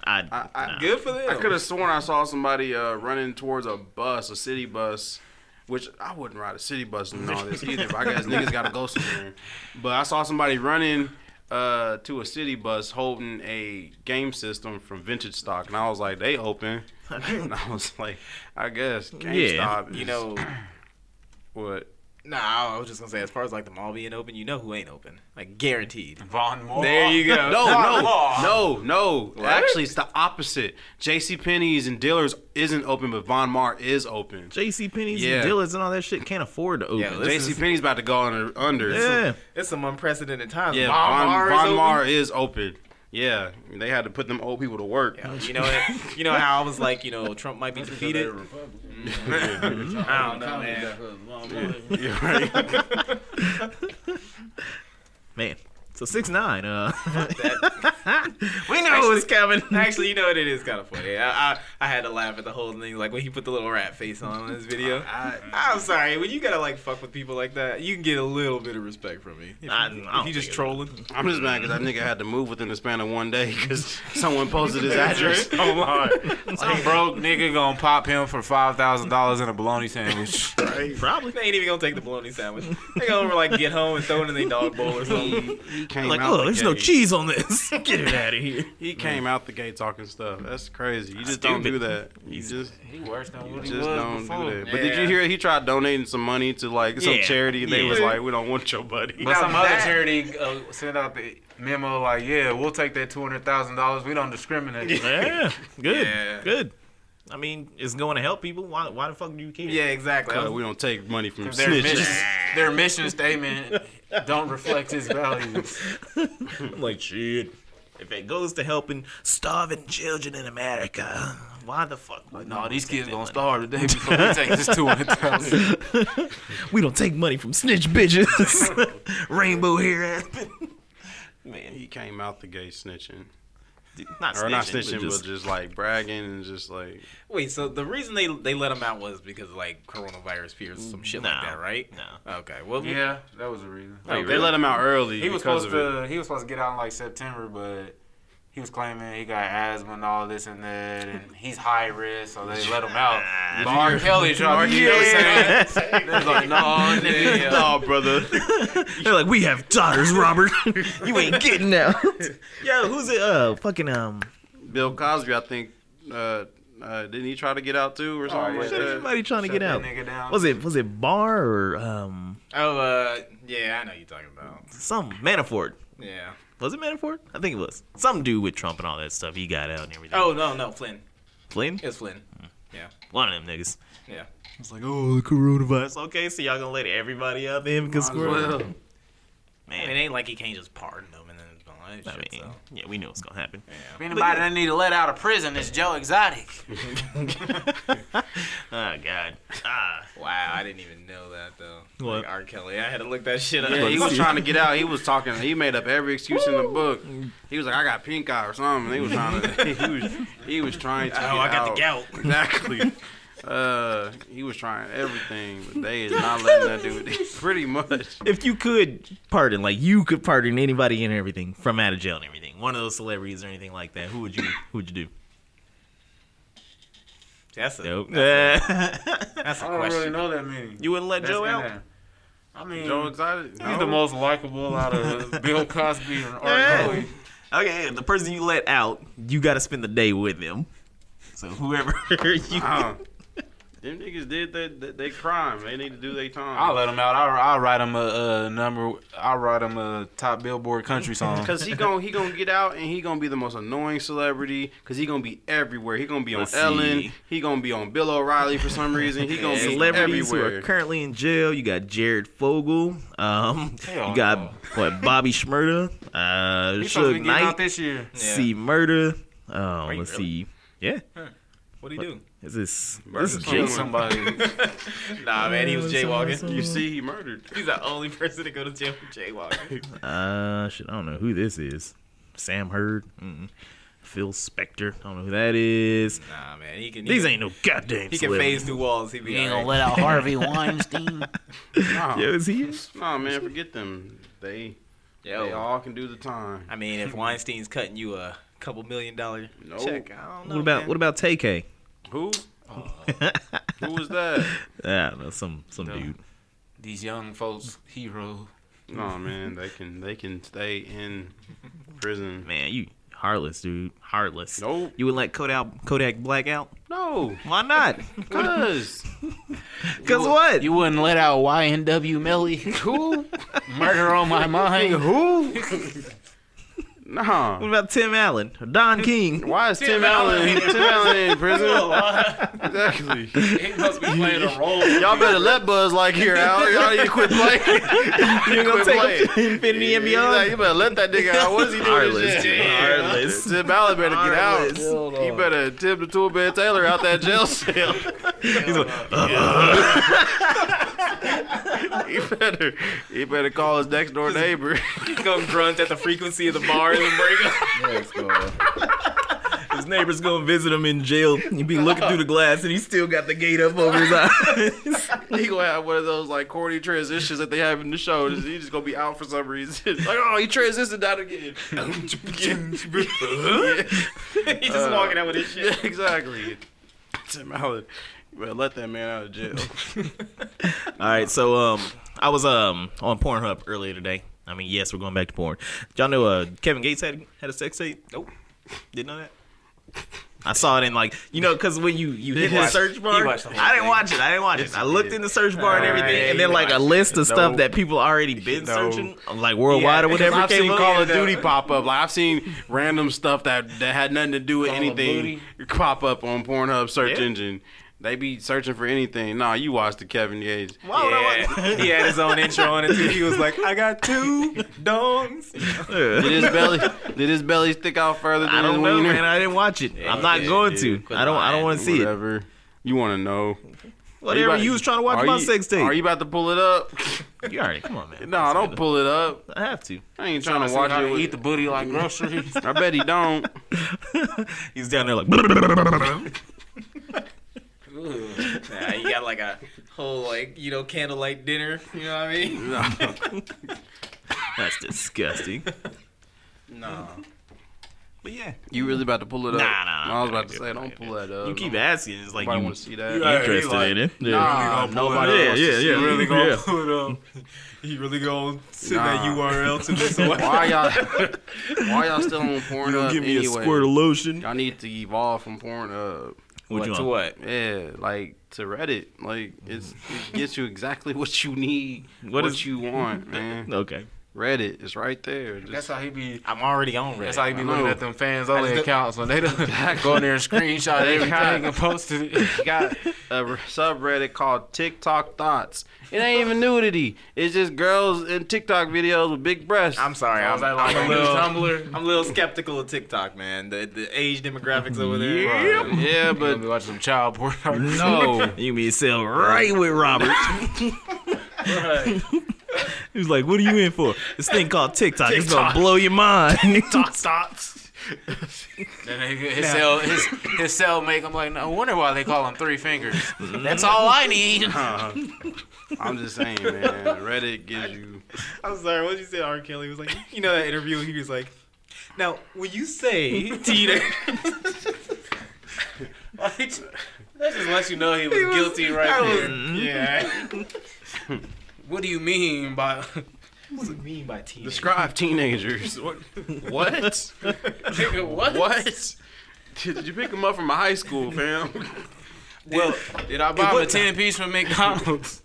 Speaker 2: I,
Speaker 1: I, I,
Speaker 2: nah.
Speaker 3: Good for them.
Speaker 1: I could have sworn I saw somebody uh, running towards a bus, a city bus, which I wouldn't ride a city bus and all this either. but I guess niggas gotta go somewhere. But I saw somebody running uh, to a city bus holding a game system from vintage stock, and I was like, they open. and I was like, I guess GameStop.
Speaker 4: You
Speaker 1: is-
Speaker 4: know,
Speaker 1: what?
Speaker 4: nah. I was just gonna say, as far as like the mall being open, you know who ain't open, like guaranteed.
Speaker 3: Von Moore.
Speaker 4: There you go.
Speaker 1: No, no,
Speaker 3: Law.
Speaker 1: no, no. Actually, it's the opposite. J.C. Penney's and Dillard's isn't open, but Von Mar is open.
Speaker 2: JC Penney's
Speaker 1: Yeah.
Speaker 2: and Dillard's and all that shit can't afford to open.
Speaker 4: Yeah, this
Speaker 1: J.C.
Speaker 4: is-
Speaker 1: Penney's about to go under. under.
Speaker 2: yeah.
Speaker 4: It's some unprecedented times.
Speaker 1: Yeah,
Speaker 4: Von
Speaker 1: Von,
Speaker 4: Maur is
Speaker 1: Von
Speaker 4: open.
Speaker 1: Maur is open. Yeah, they had to put them old people to work.
Speaker 4: Yeah, you know, it, you know how I was like, you know, Trump might be defeated. I don't know, man.
Speaker 1: Yeah, right.
Speaker 2: Man. So six nine. Uh, we know
Speaker 4: Actually-
Speaker 2: it's coming.
Speaker 4: Actually, you know what? It is kind of funny. I, I I had to laugh at the whole thing, like when he put the little rat face on in his video.
Speaker 1: I-
Speaker 4: I, am sorry, when you gotta like fuck with people like that, you can get a little bit of respect from me. If you,
Speaker 2: I- I don't
Speaker 4: if you just
Speaker 2: think it
Speaker 4: trolling,
Speaker 1: I'm just mad because that nigga had to move within the span of one day because someone posted his address online.
Speaker 3: Some broke nigga gonna pop him for five thousand dollars in a bologna sandwich.
Speaker 2: Probably.
Speaker 4: they ain't even gonna take the bologna sandwich. They gonna like get home and throw it in their dog bowl or something.
Speaker 1: He came
Speaker 2: Like,
Speaker 1: out
Speaker 2: oh,
Speaker 1: the
Speaker 2: there's
Speaker 1: gate.
Speaker 2: no cheese on this. Get it out of here.
Speaker 1: He came out the gate talking stuff. That's crazy. You just don't
Speaker 2: Stupid.
Speaker 1: do that. You just
Speaker 3: He worse than what
Speaker 1: just don't do that. But did
Speaker 4: Yeah.
Speaker 1: you hear he tried donating some money to like some
Speaker 2: Yeah.
Speaker 1: charity and they
Speaker 2: Yeah.
Speaker 1: was like, we don't want your buddy.
Speaker 3: But
Speaker 4: Now
Speaker 3: some other
Speaker 4: that-
Speaker 3: charity uh, sent out the memo like, yeah, we'll take that two hundred thousand dollars. We don't discriminate.
Speaker 2: Yeah. Good.
Speaker 4: Yeah.
Speaker 2: Good. I mean, it's going to help people. Why, why the fuck do you care?
Speaker 4: Yeah, exactly. I
Speaker 1: Uh,
Speaker 4: was-
Speaker 1: we don't take money from
Speaker 3: Their mission,
Speaker 1: snitches.
Speaker 3: their mission statement don't reflect his values.
Speaker 2: I'm like, shit. If it goes to helping starving children in America, why the fuck? would
Speaker 3: No,
Speaker 2: we
Speaker 3: these
Speaker 2: take
Speaker 3: kids
Speaker 2: that
Speaker 3: gonna
Speaker 2: money?
Speaker 3: starve today before we take this two hundred thousand.
Speaker 2: We don't take money from snitch bitches. Rainbow hair. Man,
Speaker 1: He came out the gate snitching.
Speaker 2: not
Speaker 1: Or not
Speaker 2: snitching, but
Speaker 1: snitching,
Speaker 2: just-
Speaker 1: but just like bragging and just like
Speaker 4: Wait, so the reason they they let him out was because like coronavirus fears some shit like
Speaker 2: No.
Speaker 4: that, right?
Speaker 2: No.
Speaker 4: Okay. Well, we-
Speaker 3: Yeah, that was the reason.
Speaker 1: Like, they let him out early.
Speaker 3: He was
Speaker 1: because
Speaker 3: supposed
Speaker 1: of it.
Speaker 3: to. He was supposed to get out in like September, but he was claiming he got asthma and all this and that, and he's high risk, so they let him out. But R. Kelly tried to do
Speaker 2: Yeah.
Speaker 3: that. They was like, no, nigga.
Speaker 1: no, Oh, brother.
Speaker 2: They're like, we have daughters, Robert. you ain't getting out. Yo, who's it? Uh, fucking um,
Speaker 1: Bill Cosby, I think, uh, uh, didn't he try to get out too or something
Speaker 3: Oh, yeah.
Speaker 1: like
Speaker 3: Shit,
Speaker 1: Uh, that?
Speaker 2: somebody trying to
Speaker 3: Shut
Speaker 2: get
Speaker 3: that
Speaker 2: out.
Speaker 3: nigga down.
Speaker 2: Was it was it Barr or um
Speaker 4: Oh, uh, yeah, I know you're talking about.
Speaker 2: some Manafort?
Speaker 4: Yeah.
Speaker 2: Was it Manafort? I think it was some dude with Trump and all that stuff. He got out and everything.
Speaker 4: Oh no, no, Flynn.
Speaker 2: Flynn,
Speaker 4: It was Flynn.
Speaker 2: one of them niggas.
Speaker 4: Yeah.
Speaker 2: It's like, oh, the coronavirus. Okay, so y'all gonna let everybody out there because
Speaker 1: Well,
Speaker 4: I mean, it
Speaker 2: man.
Speaker 4: ain't like he can't just pardon them and then it's all that
Speaker 2: I
Speaker 4: shit,
Speaker 2: mean,
Speaker 4: so.
Speaker 2: yeah, we knew it was gonna happen.
Speaker 3: If Anybody that need to let out of prison is Joe Exotic.
Speaker 2: Oh God. Ah,
Speaker 4: Wow, I didn't even know that though.
Speaker 2: What?
Speaker 4: Like R. Kelly, I had to look that shit up.
Speaker 1: yeah, he was
Speaker 2: see.
Speaker 1: trying to get out. He was talking. He made up every excuse in the book. He was like, "I got pink eye" or something. He was trying to. He was. He was trying to.
Speaker 4: oh,
Speaker 1: get
Speaker 4: I got
Speaker 1: out.
Speaker 4: the gout.
Speaker 1: Exactly. Uh, he was trying everything, but they is not letting that dude. Pretty much.
Speaker 2: if you could pardon, like you could pardon anybody and everything from out of jail and everything, one of those celebrities or anything like that, who would you? Who would you do?
Speaker 4: That's a,
Speaker 2: Nope.
Speaker 4: that's a question.
Speaker 3: know that many.
Speaker 2: you wouldn't let Joe out.
Speaker 3: I mean,
Speaker 1: Joe excited.
Speaker 3: he's the most likable out of Bill Cosby and R.
Speaker 2: Yeah.
Speaker 3: Kelly.
Speaker 2: Okay, the person you let out, you got to spend the day with them. So whoever you,
Speaker 1: Uh, them niggas did that. They, they crime. They need to do their time.
Speaker 3: I'll let him out. I'll, I'll write him a, a number. I'll write him a top Billboard country song.
Speaker 1: Cause he gon' he gonna get out and he gonna be the most annoying celebrity. Cause he gonna be everywhere. He gonna be on
Speaker 2: Let's
Speaker 1: Ellen.
Speaker 2: see.
Speaker 1: He gonna be on Bill O'Reilly for some reason. He gonna be
Speaker 2: celebrities who are
Speaker 1: everywhere.
Speaker 2: currently in jail, you got Jared Fogle, um,
Speaker 3: Hell
Speaker 2: you got
Speaker 3: no.
Speaker 2: what Bobby Schmurda, uh,
Speaker 3: He's supposed to
Speaker 2: Suge
Speaker 3: be getting out
Speaker 2: Knight,
Speaker 3: this year.
Speaker 4: Yeah.
Speaker 2: C Murder. Um,
Speaker 4: you
Speaker 2: let's
Speaker 4: really?
Speaker 2: see, yeah,
Speaker 4: What do you do?
Speaker 2: is this
Speaker 1: Murder's
Speaker 2: this is
Speaker 1: on the
Speaker 2: Jay?
Speaker 3: Kill
Speaker 1: Jason.
Speaker 3: somebody.
Speaker 4: Nah, man, he was jaywalking.
Speaker 1: you see, he murdered.
Speaker 4: He's the only person to go to jail for jaywalking.
Speaker 2: Uh, shit, I don't know who this is. Sam Hurd, mm Phil Spector, I don't know who that is.
Speaker 4: nah, man, he can. He
Speaker 2: These
Speaker 4: can,
Speaker 2: ain't no goddamn.
Speaker 4: He can phase through walls. He be
Speaker 5: ain't
Speaker 4: all
Speaker 5: gonna
Speaker 4: right.
Speaker 5: let out Harvey Weinstein.
Speaker 1: Nah,
Speaker 2: Yo, is he?
Speaker 1: nah, man, forget them. They
Speaker 4: Yo.
Speaker 1: they all can do the time.
Speaker 4: I mean, if Weinstein's cutting you a couple million dollar
Speaker 1: No.
Speaker 4: check. I don't know.
Speaker 2: What about
Speaker 4: man.
Speaker 2: what about TK?
Speaker 1: Who? Who was that?
Speaker 2: Yeah, that's some some
Speaker 1: No.
Speaker 2: dude.
Speaker 3: These young folks, hero.
Speaker 1: No man, they can they can stay in prison.
Speaker 2: Man, you heartless, dude. Heartless.
Speaker 1: Nope.
Speaker 2: You would let Kodak Kodak black out?
Speaker 1: No,
Speaker 2: Why not?
Speaker 1: cause
Speaker 2: Cause what?
Speaker 3: You wouldn't let out YNW Melly. Who? Murder on my mind.
Speaker 1: who?
Speaker 2: what
Speaker 1: Nah.
Speaker 2: about Tim Allen? Don King?
Speaker 1: Why is Tim, Allen? Tim Allen in prison? exactly.
Speaker 3: He must be playing a role.
Speaker 1: Y'all better let Buzz like here out. Y'all need to quit playing. you
Speaker 2: gonna take him to infinity and beyond?
Speaker 1: Like, you better let that nigga out. What is he doing?
Speaker 2: Heartless,
Speaker 1: this shit?
Speaker 2: dude. Heartless.
Speaker 1: Tim Allen better get out.
Speaker 2: Heartless. Hold
Speaker 1: He better tip the tool bed Taylor out that jail cell.
Speaker 2: He's like, uh.
Speaker 1: he better he better call his next door neighbor.
Speaker 4: He's gonna grunt at the frequency of the bars and break up.
Speaker 2: His neighbor's gonna visit him in jail. He'd be looking through the glass, and he still got the gate up over his eyes.
Speaker 1: he gonna have one of those like corny transitions that they have in the show. Just- He just gonna be out for some reason. like oh he transitioned out again.
Speaker 4: He's just walking out with his
Speaker 1: Uh, yeah,
Speaker 4: shit.
Speaker 1: exactly. Tim Allen, you better let that man out of jail.
Speaker 2: All right, so um, I was um on Pornhub earlier today. I mean, yes, we're going back to porn. Did y'all know uh Kevin Gates had had a sex tape? Nope, didn't know that. I saw it in like you know because when you you hit the
Speaker 4: watched-
Speaker 2: search
Speaker 4: he
Speaker 2: bar,
Speaker 4: watched the whole
Speaker 2: I didn't
Speaker 4: thing.
Speaker 2: watch it. I didn't watch it. I looked in the search bar and everything,
Speaker 4: Alright,
Speaker 2: and then
Speaker 4: you
Speaker 2: like a
Speaker 4: watched
Speaker 2: list of stuff
Speaker 1: No.
Speaker 2: that people already been
Speaker 1: No.
Speaker 2: searching, like worldwide
Speaker 4: Yeah,
Speaker 2: or
Speaker 4: because
Speaker 2: whatever.
Speaker 1: I've
Speaker 2: came
Speaker 1: seen
Speaker 2: up.
Speaker 1: Call of
Speaker 4: yeah,
Speaker 1: Duty
Speaker 4: though.
Speaker 1: pop up. Like I've seen random stuff that that had nothing to do with
Speaker 3: Call of
Speaker 1: anything pop up on Pornhub search
Speaker 2: Yeah.
Speaker 1: engine. They be searching for anything. Nah, you watched the Kevin Gates.
Speaker 2: Why would I watch-
Speaker 4: Yeah, Oh, he had his own intro on it too. He was like, "I got two dongs."
Speaker 1: Did his belly did his belly stick out further than
Speaker 2: I don't
Speaker 1: his
Speaker 2: know,
Speaker 1: wiener?
Speaker 2: man. I didn't watch it. I'm not
Speaker 4: yeah,
Speaker 2: going
Speaker 4: dude.
Speaker 2: to.
Speaker 4: Quit
Speaker 2: I don't. I don't
Speaker 4: lying.
Speaker 2: want to see it.
Speaker 1: Whatever. You want to know?
Speaker 2: Whatever you was trying to watch
Speaker 1: are
Speaker 2: my
Speaker 1: you-
Speaker 2: sex tape.
Speaker 1: Are
Speaker 2: You,
Speaker 1: you about to pull it up?
Speaker 2: already come on, man.
Speaker 1: No, don't pull it up.
Speaker 2: I have to.
Speaker 1: I ain't trying,
Speaker 3: I
Speaker 1: to watch it.
Speaker 3: eat
Speaker 1: With,
Speaker 3: the booty like groceries.
Speaker 1: I bet he don't.
Speaker 2: He's down there like.
Speaker 4: Nah, you got like a whole like you know candlelight dinner. You know what I mean?
Speaker 1: no.
Speaker 2: That's disgusting.
Speaker 1: no.
Speaker 2: But yeah,
Speaker 1: You really about to pull it up?
Speaker 2: Nah, nah, nah,
Speaker 1: I was
Speaker 2: nah,
Speaker 1: about to
Speaker 2: nah,
Speaker 1: say,
Speaker 2: nah,
Speaker 1: don't
Speaker 2: nah,
Speaker 1: pull that up.
Speaker 2: you keep
Speaker 1: Nobody
Speaker 2: asking. It's like you
Speaker 1: want to see that.
Speaker 2: you interested
Speaker 3: like,
Speaker 2: in it. Yeah.
Speaker 1: Nah, nobody
Speaker 2: Yeah,
Speaker 1: wants to
Speaker 2: yeah,
Speaker 1: see
Speaker 2: yeah.
Speaker 1: it.
Speaker 2: Really gonna Yeah.
Speaker 4: pull it up. He um, really gonna send
Speaker 1: that Nah.
Speaker 4: URL to this
Speaker 1: Why y'all? Why y'all still on Pornhub
Speaker 2: Give me
Speaker 1: anyway?
Speaker 2: a squirt of lotion.
Speaker 1: y'all need to evolve from Pornhub.
Speaker 2: What you
Speaker 4: to
Speaker 2: want?
Speaker 4: what?
Speaker 1: Yeah, like to Reddit. Like it's it gets you exactly what you need, what,
Speaker 2: What is-
Speaker 1: you want, man.
Speaker 2: Okay.
Speaker 1: Reddit is right there. Just-
Speaker 3: That's how he be.
Speaker 4: I'm already on Reddit.
Speaker 3: That's how he be
Speaker 1: I
Speaker 3: looking
Speaker 1: know.
Speaker 3: at them fans
Speaker 1: I
Speaker 3: only
Speaker 1: just-
Speaker 3: accounts when they done go in there and screenshot everything
Speaker 1: got-
Speaker 3: and post it.
Speaker 1: You got a r- subreddit called TikTok Thoughts. It ain't even nudity. It's just girls in TikTok videos with big breasts.
Speaker 4: I'm sorry.
Speaker 3: I was
Speaker 4: I'm,
Speaker 3: like, like
Speaker 4: I'm
Speaker 3: a
Speaker 4: a
Speaker 3: new
Speaker 4: little.
Speaker 3: Tumblr.
Speaker 4: I'm a little skeptical of TikTok, man. The the age demographics over there.
Speaker 1: Right. Yeah, but
Speaker 3: But be watching some child porn.
Speaker 1: no.
Speaker 2: You be sell right with Robert. He was like, "What are you in for? This thing called TikTok. It's gonna blow your mind." TikTok stops.
Speaker 3: And they- his cell, his, his cell make him like, no wonder why they call him three fingers. That's all I need.
Speaker 1: I'm just saying, man. Reddit gives you.
Speaker 4: I'm sorry. What did you say? R. Kelly was like, you know that interview. He was like, now when you say teenage,
Speaker 3: That just lets you know he was, guilty
Speaker 4: I
Speaker 3: right
Speaker 4: was-
Speaker 3: there.
Speaker 4: yeah.
Speaker 3: What do you mean by
Speaker 4: What does it mean by teenage?
Speaker 1: Describe teenagers. What? What?
Speaker 3: nigga, what?
Speaker 1: What? Did you pick them up from a high school, fam?
Speaker 3: Well, did I buy him a ten piece from McDonald's?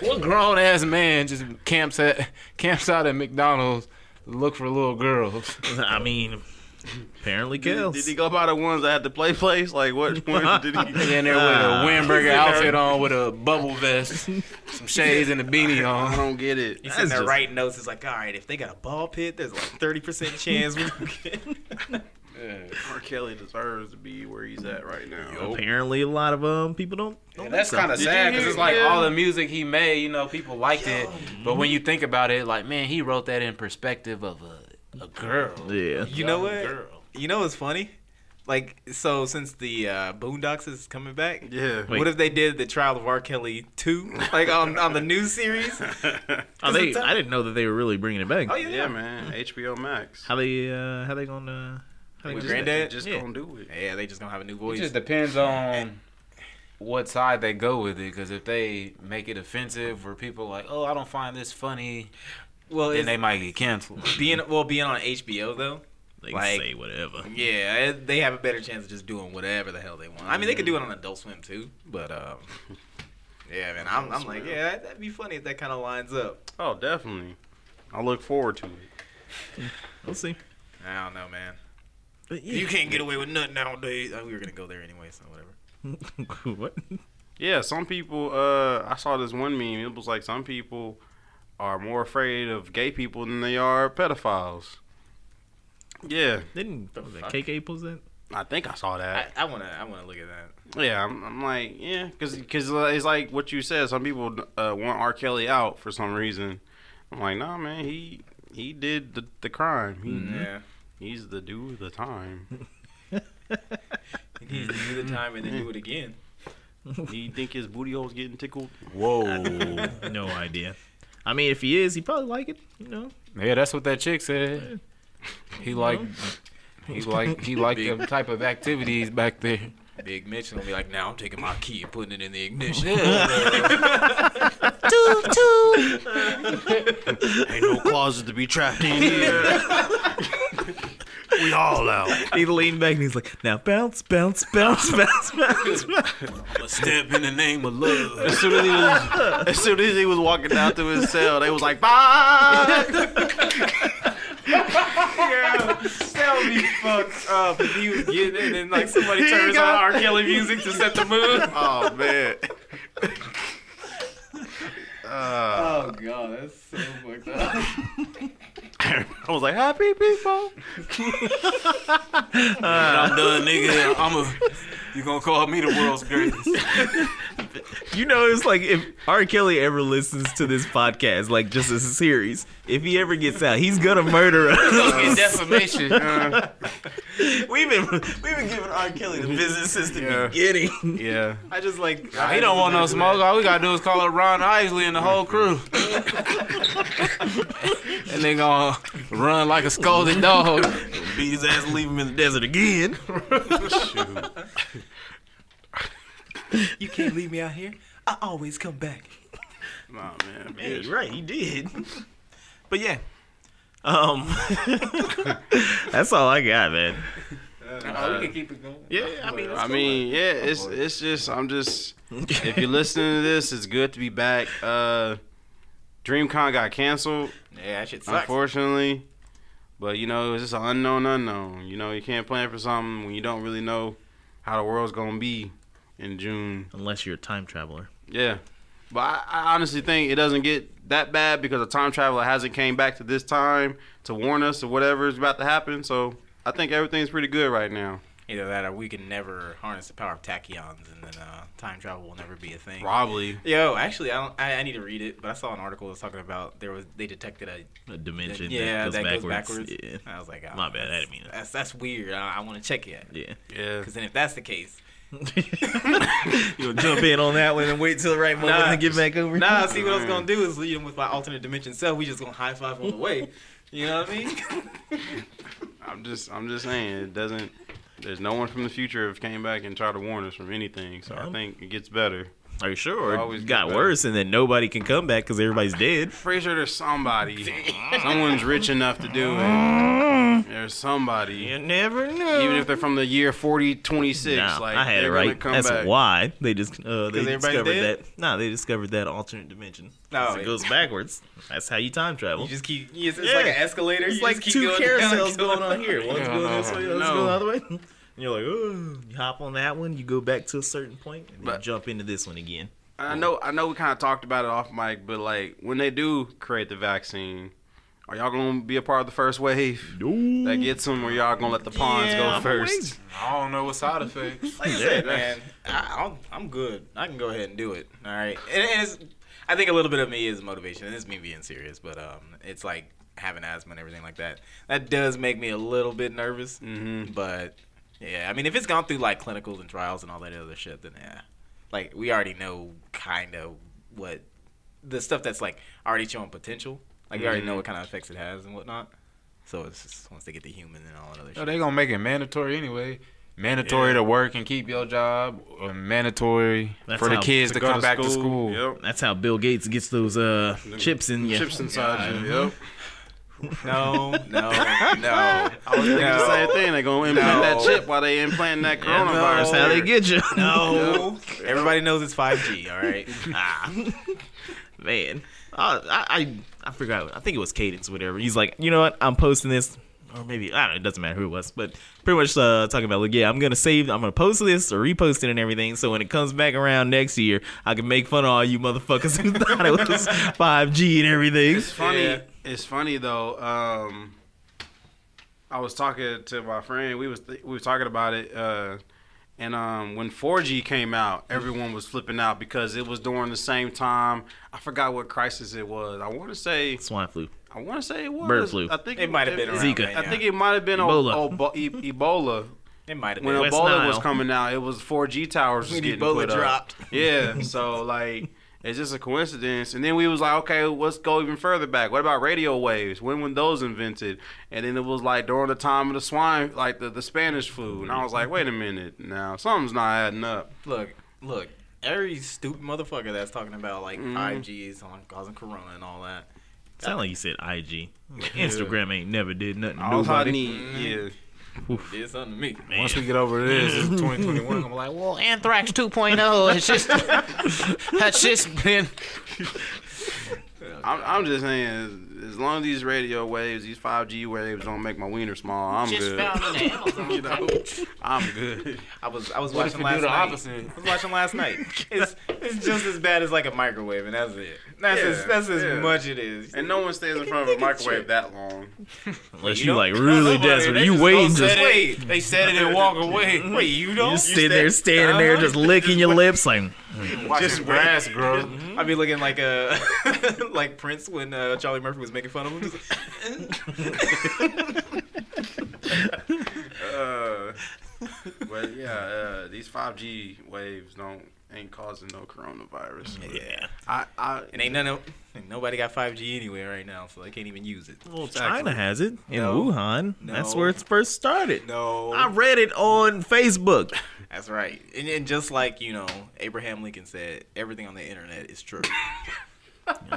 Speaker 3: what grown ass man just camps at camps out at McDonald's to look for little girls?
Speaker 2: I mean, apparently
Speaker 1: Did,
Speaker 2: kills.
Speaker 1: did he go by the ones that had to play place? Like what ones did he?
Speaker 3: in there with a Wimberger outfit on with a bubble vest, some shades and a beanie
Speaker 1: I
Speaker 3: on.
Speaker 1: don't get it.
Speaker 4: He's sitting
Speaker 2: That's
Speaker 4: there
Speaker 2: just-
Speaker 4: writing notes. It's like, all right, if they got a ball pit, there's like 30% chance we can
Speaker 1: R. Kelly deserves to be where he's at right now.
Speaker 2: Apparently, a lot of um people don't. don't
Speaker 3: That's
Speaker 2: think so.
Speaker 3: kind of
Speaker 1: Did you
Speaker 3: sad because
Speaker 1: hear-
Speaker 3: it's like
Speaker 1: yeah.
Speaker 3: all the music he made, you know, people liked it. But when you think about it, like, man, he wrote that in perspective of a, a girl.
Speaker 2: Yeah.
Speaker 4: You know
Speaker 3: Young
Speaker 4: what?
Speaker 3: Girl.
Speaker 4: You know what's funny? like so since the uh, Boondocks is coming back.
Speaker 1: Yeah.
Speaker 2: Wait.
Speaker 4: What if they did the Trial of R. Kelly two, like on on the new series?
Speaker 2: Oh, they,
Speaker 4: it's a-
Speaker 2: I didn't know that they were really bringing it back.
Speaker 4: Oh yeah,
Speaker 1: yeah, man. HBO Max.
Speaker 2: How they uh, how they gonna how they
Speaker 4: With
Speaker 2: gonna do
Speaker 4: Granddad?
Speaker 2: that?
Speaker 1: They just
Speaker 2: Yeah.
Speaker 1: gonna do it.
Speaker 4: Yeah, they just gonna have a new
Speaker 3: It
Speaker 4: voice.
Speaker 3: just depends on what side they go with it. Because if they make it offensive, where people like, oh, I don't find this funny,
Speaker 4: well,
Speaker 3: then
Speaker 4: it's
Speaker 3: they might get canceled.
Speaker 4: being well being on HBO though.
Speaker 2: They can
Speaker 4: like-
Speaker 2: say whatever.
Speaker 4: Yeah, it- they have a better chance of just doing whatever the hell they want. I mean, they could do it on Adult Swim too, but um, yeah, man, I'm, I'm like, yeah, that'd be funny if that kind of lines up.
Speaker 1: Oh, definitely. I look forward to it.
Speaker 2: We'll see.
Speaker 4: I don't know, man.
Speaker 2: But yeah.
Speaker 4: You can't get away with nothing nowadays. Oh, we were gonna go there anyway, so whatever.
Speaker 2: what?
Speaker 1: Yeah, some people. Uh, I saw this one meme. It was like some people are more afraid of gay people than they are pedophiles. Yeah,
Speaker 2: Didn't was it
Speaker 4: fuck?
Speaker 2: KK post that?
Speaker 1: I think I saw
Speaker 4: I,
Speaker 1: that.
Speaker 4: I wanna, I wanna look at that.
Speaker 1: yeah, I'm, I'm like, yeah, because it's like what you said. Some people uh, want R. Kelly out for some reason. I'm like, nah, man, he he did the, the crime. He,
Speaker 4: Yeah,
Speaker 1: He's the dude of the time.
Speaker 4: he needs to do the time and then do it again.
Speaker 1: Do you think his booty hole's getting tickled?
Speaker 3: Whoa.
Speaker 2: No idea. I mean, if he is, he probably like it. You know,
Speaker 3: yeah, that's what that chick said. He like, he like, he like them type of activities back there.
Speaker 4: Big Mitch gonna be like, now I'm taking my key and putting it in the ignition.
Speaker 1: Ain't no closet to be trapped in here. we all out.
Speaker 2: he leaned back and he's like, "Now bounce, bounce, bounce, bounce, bounce." bounce.
Speaker 3: A step in the name of love.
Speaker 1: As soon as he was, as soon as he was walking down to his cell, they was like, "Bye."
Speaker 4: Tell me fucked up. If he was getting it and then like somebody
Speaker 1: He
Speaker 4: turns on
Speaker 1: got-
Speaker 4: R. Kelly music to set the mood.
Speaker 1: Oh man. Uh,
Speaker 4: Oh god, that's so fucked up.
Speaker 1: I was like, "Happy people."
Speaker 3: I'm done, nigga. I'm a. You gonna call me the world's greatest?
Speaker 2: you know, it's like if R. Kelly ever listens to this podcast, like just as a series, if he ever gets out, he's gonna murder us.
Speaker 3: Fucking defamation.
Speaker 2: we've been we've been giving R. Kelly the business since the
Speaker 1: Yeah.
Speaker 2: beginning.
Speaker 1: Yeah.
Speaker 4: I just like
Speaker 3: he don't want no smoke. All we gotta do is call up Ron Isley and the whole crew. and they gonna run like a scolded dog.
Speaker 2: Beat his ass, and leave him in the desert again.
Speaker 4: You can't leave me out here. I always come back.
Speaker 1: Nah, man.
Speaker 2: Yeah,
Speaker 1: bitch.
Speaker 2: you're right, he did.
Speaker 4: But yeah,
Speaker 2: Um, that's all I got, man.
Speaker 3: Oh, we can keep it going.
Speaker 2: Yeah, I mean,
Speaker 1: I mean, yeah, it's it's just I'm just if you're listening to this, it's good to be back. Uh, DreamCon got canceled.
Speaker 4: yeah, that shit sucks.
Speaker 1: unfortunately. But you know, it's just an unknown unknown. You know, you can't plan for something when you don't really know how the world's gonna be in June.
Speaker 2: unless you're a time traveler.
Speaker 1: Yeah, but I, I honestly think it doesn't get that bad because a time traveler hasn't came back to this time to warn us of whatever is about to happen. So I think everything's pretty good right now.
Speaker 4: Either that, or we can never harness the power of tachyons, and then uh, time travel will never be a thing.
Speaker 1: Probably.
Speaker 4: Yo, actually, I don't. I, I need to read it, but I saw an article that was talking about there was they detected a
Speaker 2: A dimension
Speaker 4: yeah
Speaker 2: that, goes, backwards.
Speaker 4: I was like, oh,
Speaker 2: My bad, I didn't mean it.
Speaker 4: That's that's weird. I, I want to check it
Speaker 2: Yeah,
Speaker 1: Yeah.
Speaker 4: because then if that's the case,
Speaker 2: yeah. You'll jump in on that one and wait till the right moment
Speaker 4: Nah.
Speaker 2: and get back over.
Speaker 4: Nah, see what I was gonna do is lead him with my alternate dimension self. We just gonna high five on the way. You know what I mean?
Speaker 1: I'm just I'm just saying it doesn't. There's no one from the future have came back and tried to warn us from anything. So I
Speaker 2: Yeah.
Speaker 1: think it gets better.
Speaker 2: Are you sure? Or
Speaker 1: Always
Speaker 2: it
Speaker 1: get
Speaker 2: got
Speaker 1: better.
Speaker 2: worse, and then nobody can come back because everybody's dead.
Speaker 1: pretty sure there's somebody. Someone's rich enough to do it.
Speaker 2: Mm-hmm.
Speaker 1: There's somebody.
Speaker 2: You never know.
Speaker 1: Even if they're from the year 4026,
Speaker 2: Nah,
Speaker 1: like
Speaker 2: I had it
Speaker 1: they're
Speaker 2: right.
Speaker 1: gonna come
Speaker 2: That's
Speaker 1: back.
Speaker 2: why they just uh, they
Speaker 4: 'Cause everybody's
Speaker 2: discovered
Speaker 4: dead?
Speaker 2: that. Nah, they discovered that alternate dimension.
Speaker 1: Oh,
Speaker 4: No,
Speaker 2: 'Cause it
Speaker 4: it-
Speaker 2: goes backwards. That's how you time travel.
Speaker 4: You just keep. It's, it's
Speaker 2: Yeah.
Speaker 4: like an escalator.
Speaker 2: It's
Speaker 4: you
Speaker 2: like
Speaker 4: just keep
Speaker 2: two
Speaker 4: going
Speaker 2: carousels
Speaker 4: down,
Speaker 2: going on here. One's
Speaker 3: Yeah,
Speaker 2: going
Speaker 3: no,
Speaker 2: this way, one's
Speaker 1: no.
Speaker 2: going the other way. And you're like, oh, you hop on that one, you go back to a certain point, and then you
Speaker 1: But-
Speaker 2: jump into this one again.
Speaker 1: I know. I know. We kind of talked about it off mic, but like when they do create the vaccine, are y'all gonna be a part of the first wave that gets them, or y'all gonna let the pawns
Speaker 2: Yeah,
Speaker 1: go
Speaker 2: I'm
Speaker 1: first?
Speaker 3: I don't know what side effects.
Speaker 4: Like I said, man, I, I'm, I'm good. I can go ahead and do it. All right, and, and it's, I think a little bit of me is motivation, and it's me being serious, but um, it's like
Speaker 2: Mm-hmm.
Speaker 4: having asthma and everything like that. That does make me a little bit nervous,
Speaker 1: Mhm.
Speaker 4: but Yeah, I mean, if it's gone through like clinicals and trials and all that other shit, then yeah, like we already know kind of what the stuff that's like already showing potential. Like
Speaker 1: Mm-hmm.
Speaker 4: we already know what kind of effects it has and whatnot. So it's just once they get to human and all that other
Speaker 3: No,
Speaker 4: shit.
Speaker 3: they gonna make it mandatory anyway. Mandatory
Speaker 4: Yeah.
Speaker 3: to work and keep your job, or mandatory
Speaker 2: That's
Speaker 3: for the
Speaker 2: how-
Speaker 3: kids to,
Speaker 1: go
Speaker 3: come back to school.
Speaker 1: Yep.
Speaker 2: That's how Bill Gates gets those uh, chips in you.
Speaker 1: Chips inside you. Yep.
Speaker 4: No, no, no.
Speaker 1: I was thinking the
Speaker 4: No.
Speaker 1: same thing. They gonna implant that chip while they implant that
Speaker 2: Yeah, no,
Speaker 1: coronavirus.
Speaker 2: That's how they
Speaker 1: here.
Speaker 2: get you.
Speaker 4: No. Everybody knows it's 5G, all right?
Speaker 2: Ah, man, I, I I- I forgot. I think it was Cadence, whatever. He's like, you know what? I'm posting this, or maybe I don't. know, It doesn't matter who it was, but pretty much uh, talking about like, yeah, I'm gonna save. I'm gonna post this or repost it and everything. So when it comes back around next year, I can make fun of all you motherfuckers who thought it was 5G and everything.
Speaker 1: It's funny.
Speaker 4: Yeah.
Speaker 1: It's funny though. Um, I was talking to my friend. We was th- we was talking about it, uh, and um, when 4G came out, everyone was flipping out because it was during the same time. I forgot what crisis it was. I want to say
Speaker 2: Swine flu.
Speaker 1: I want to say it was
Speaker 2: Bird flu.
Speaker 1: I think
Speaker 4: It might have been around
Speaker 2: Zika.
Speaker 4: then,
Speaker 1: I
Speaker 4: yeah.
Speaker 1: think it might have been
Speaker 2: Ebola.
Speaker 1: Ebola. e- Ebola.
Speaker 4: It might have
Speaker 1: When
Speaker 4: been.
Speaker 2: West
Speaker 1: Ebola
Speaker 2: Nile.
Speaker 1: was coming out, it was 4G towers was
Speaker 4: When
Speaker 1: getting
Speaker 4: Ebola
Speaker 1: put
Speaker 4: dropped.
Speaker 1: up. Yeah, so like it's just a coincidence. And then we was like, okay, let's go even further back. What about radio waves? When were those invented? And then it was like during the time of the swine, like the, the Spanish flu. And I was like, wait a minute, now something's not adding up.
Speaker 4: Look, look. Every stupid motherfucker that's talking about like
Speaker 1: Mhm.
Speaker 4: 5G is on causing corona and all that.
Speaker 2: Sound like you said IG. Instagram ain't never did nothing. to
Speaker 1: All I
Speaker 2: nobody.
Speaker 1: need, yeah.
Speaker 4: Did something to me.
Speaker 3: Once we get over this, it's 2021. I'm like,
Speaker 5: Well, Anthrax 2.0 has just has just been.
Speaker 1: I'm, I'm just saying, as, as long as these radio waves, these 5G waves don't make my wiener small, I'm
Speaker 5: just
Speaker 1: good.
Speaker 5: found in the Amazon.
Speaker 1: You know, I'm good.
Speaker 4: I was I was
Speaker 3: what if
Speaker 4: watching
Speaker 3: we do
Speaker 4: last
Speaker 3: the
Speaker 4: night.
Speaker 3: opposite?
Speaker 4: I was watching last night. It's it's just as bad as like a microwave, and that's it. That's
Speaker 1: Yeah,
Speaker 4: as, that's as
Speaker 1: yeah.
Speaker 4: much it is.
Speaker 1: And no one stays in front of a microwave that long.
Speaker 2: Unless you, like really desperate, you waiting just.
Speaker 4: wait. They said it and walk away. Wait,
Speaker 2: You
Speaker 4: you
Speaker 2: "Uh-huh."
Speaker 4: don't.
Speaker 2: just sitting there, standing there, just licking your lips, like
Speaker 3: just grass grow.
Speaker 4: I'd be looking like a like Prince when uh, Charlie Murphy was making fun of him. Just
Speaker 1: Uh, but yeah, uh, these 5G waves don't ain't causing no coronavirus.
Speaker 4: like,
Speaker 1: But
Speaker 4: yeah,
Speaker 1: I, I
Speaker 4: and ain't none of ain't nobody got 5G anywhere right now, so they can't even use it.
Speaker 2: Well,
Speaker 1: Exactly.
Speaker 2: China has it in
Speaker 4: No.
Speaker 2: Wuhan. That's
Speaker 4: No.
Speaker 2: where it first started.
Speaker 4: No,
Speaker 2: I read it on Facebook.
Speaker 4: that's right. And, and just like you know, Abraham Lincoln said, everything on the internet is true.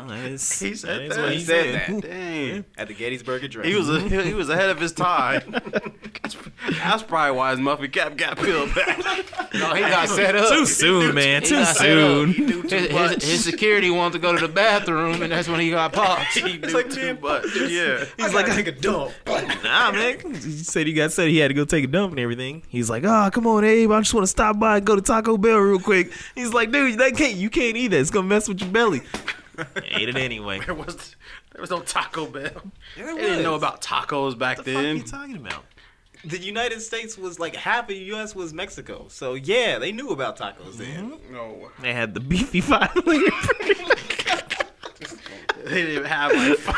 Speaker 1: he said that.
Speaker 4: what he said that.
Speaker 1: Dang,
Speaker 4: At the Gettysburg Address,
Speaker 1: he was a, he was ahead of his time. That's probably why his muffin cap got peeled back.
Speaker 3: No, he got set up.
Speaker 2: Too soon, man. Too
Speaker 5: got set up.
Speaker 2: soon.
Speaker 1: Do too
Speaker 3: His,
Speaker 1: much.
Speaker 3: his, his security wanted to go to the bathroom, and that's when he got popped.
Speaker 1: He do too much. Yeah.
Speaker 4: He's like, like a dog.
Speaker 2: Nah, man. He said he got said he had to go take a dump and everything. He's like, oh, come on, Abe. I just want to stop by and go to Taco Bell real quick. He's like, dude, that can't. You can't eat that. It's gonna mess with your belly. Ate it anyway.
Speaker 1: There was there was no Taco Bell. They didn't know about tacos back
Speaker 2: What the fuck are
Speaker 1: then.
Speaker 2: you talking about?
Speaker 4: The United States was like half of the U.S. was Mexico, so yeah, they knew about tacos then.
Speaker 2: Mm-hmm.
Speaker 1: no,
Speaker 2: They had the beefy five layer.
Speaker 1: they didn't have like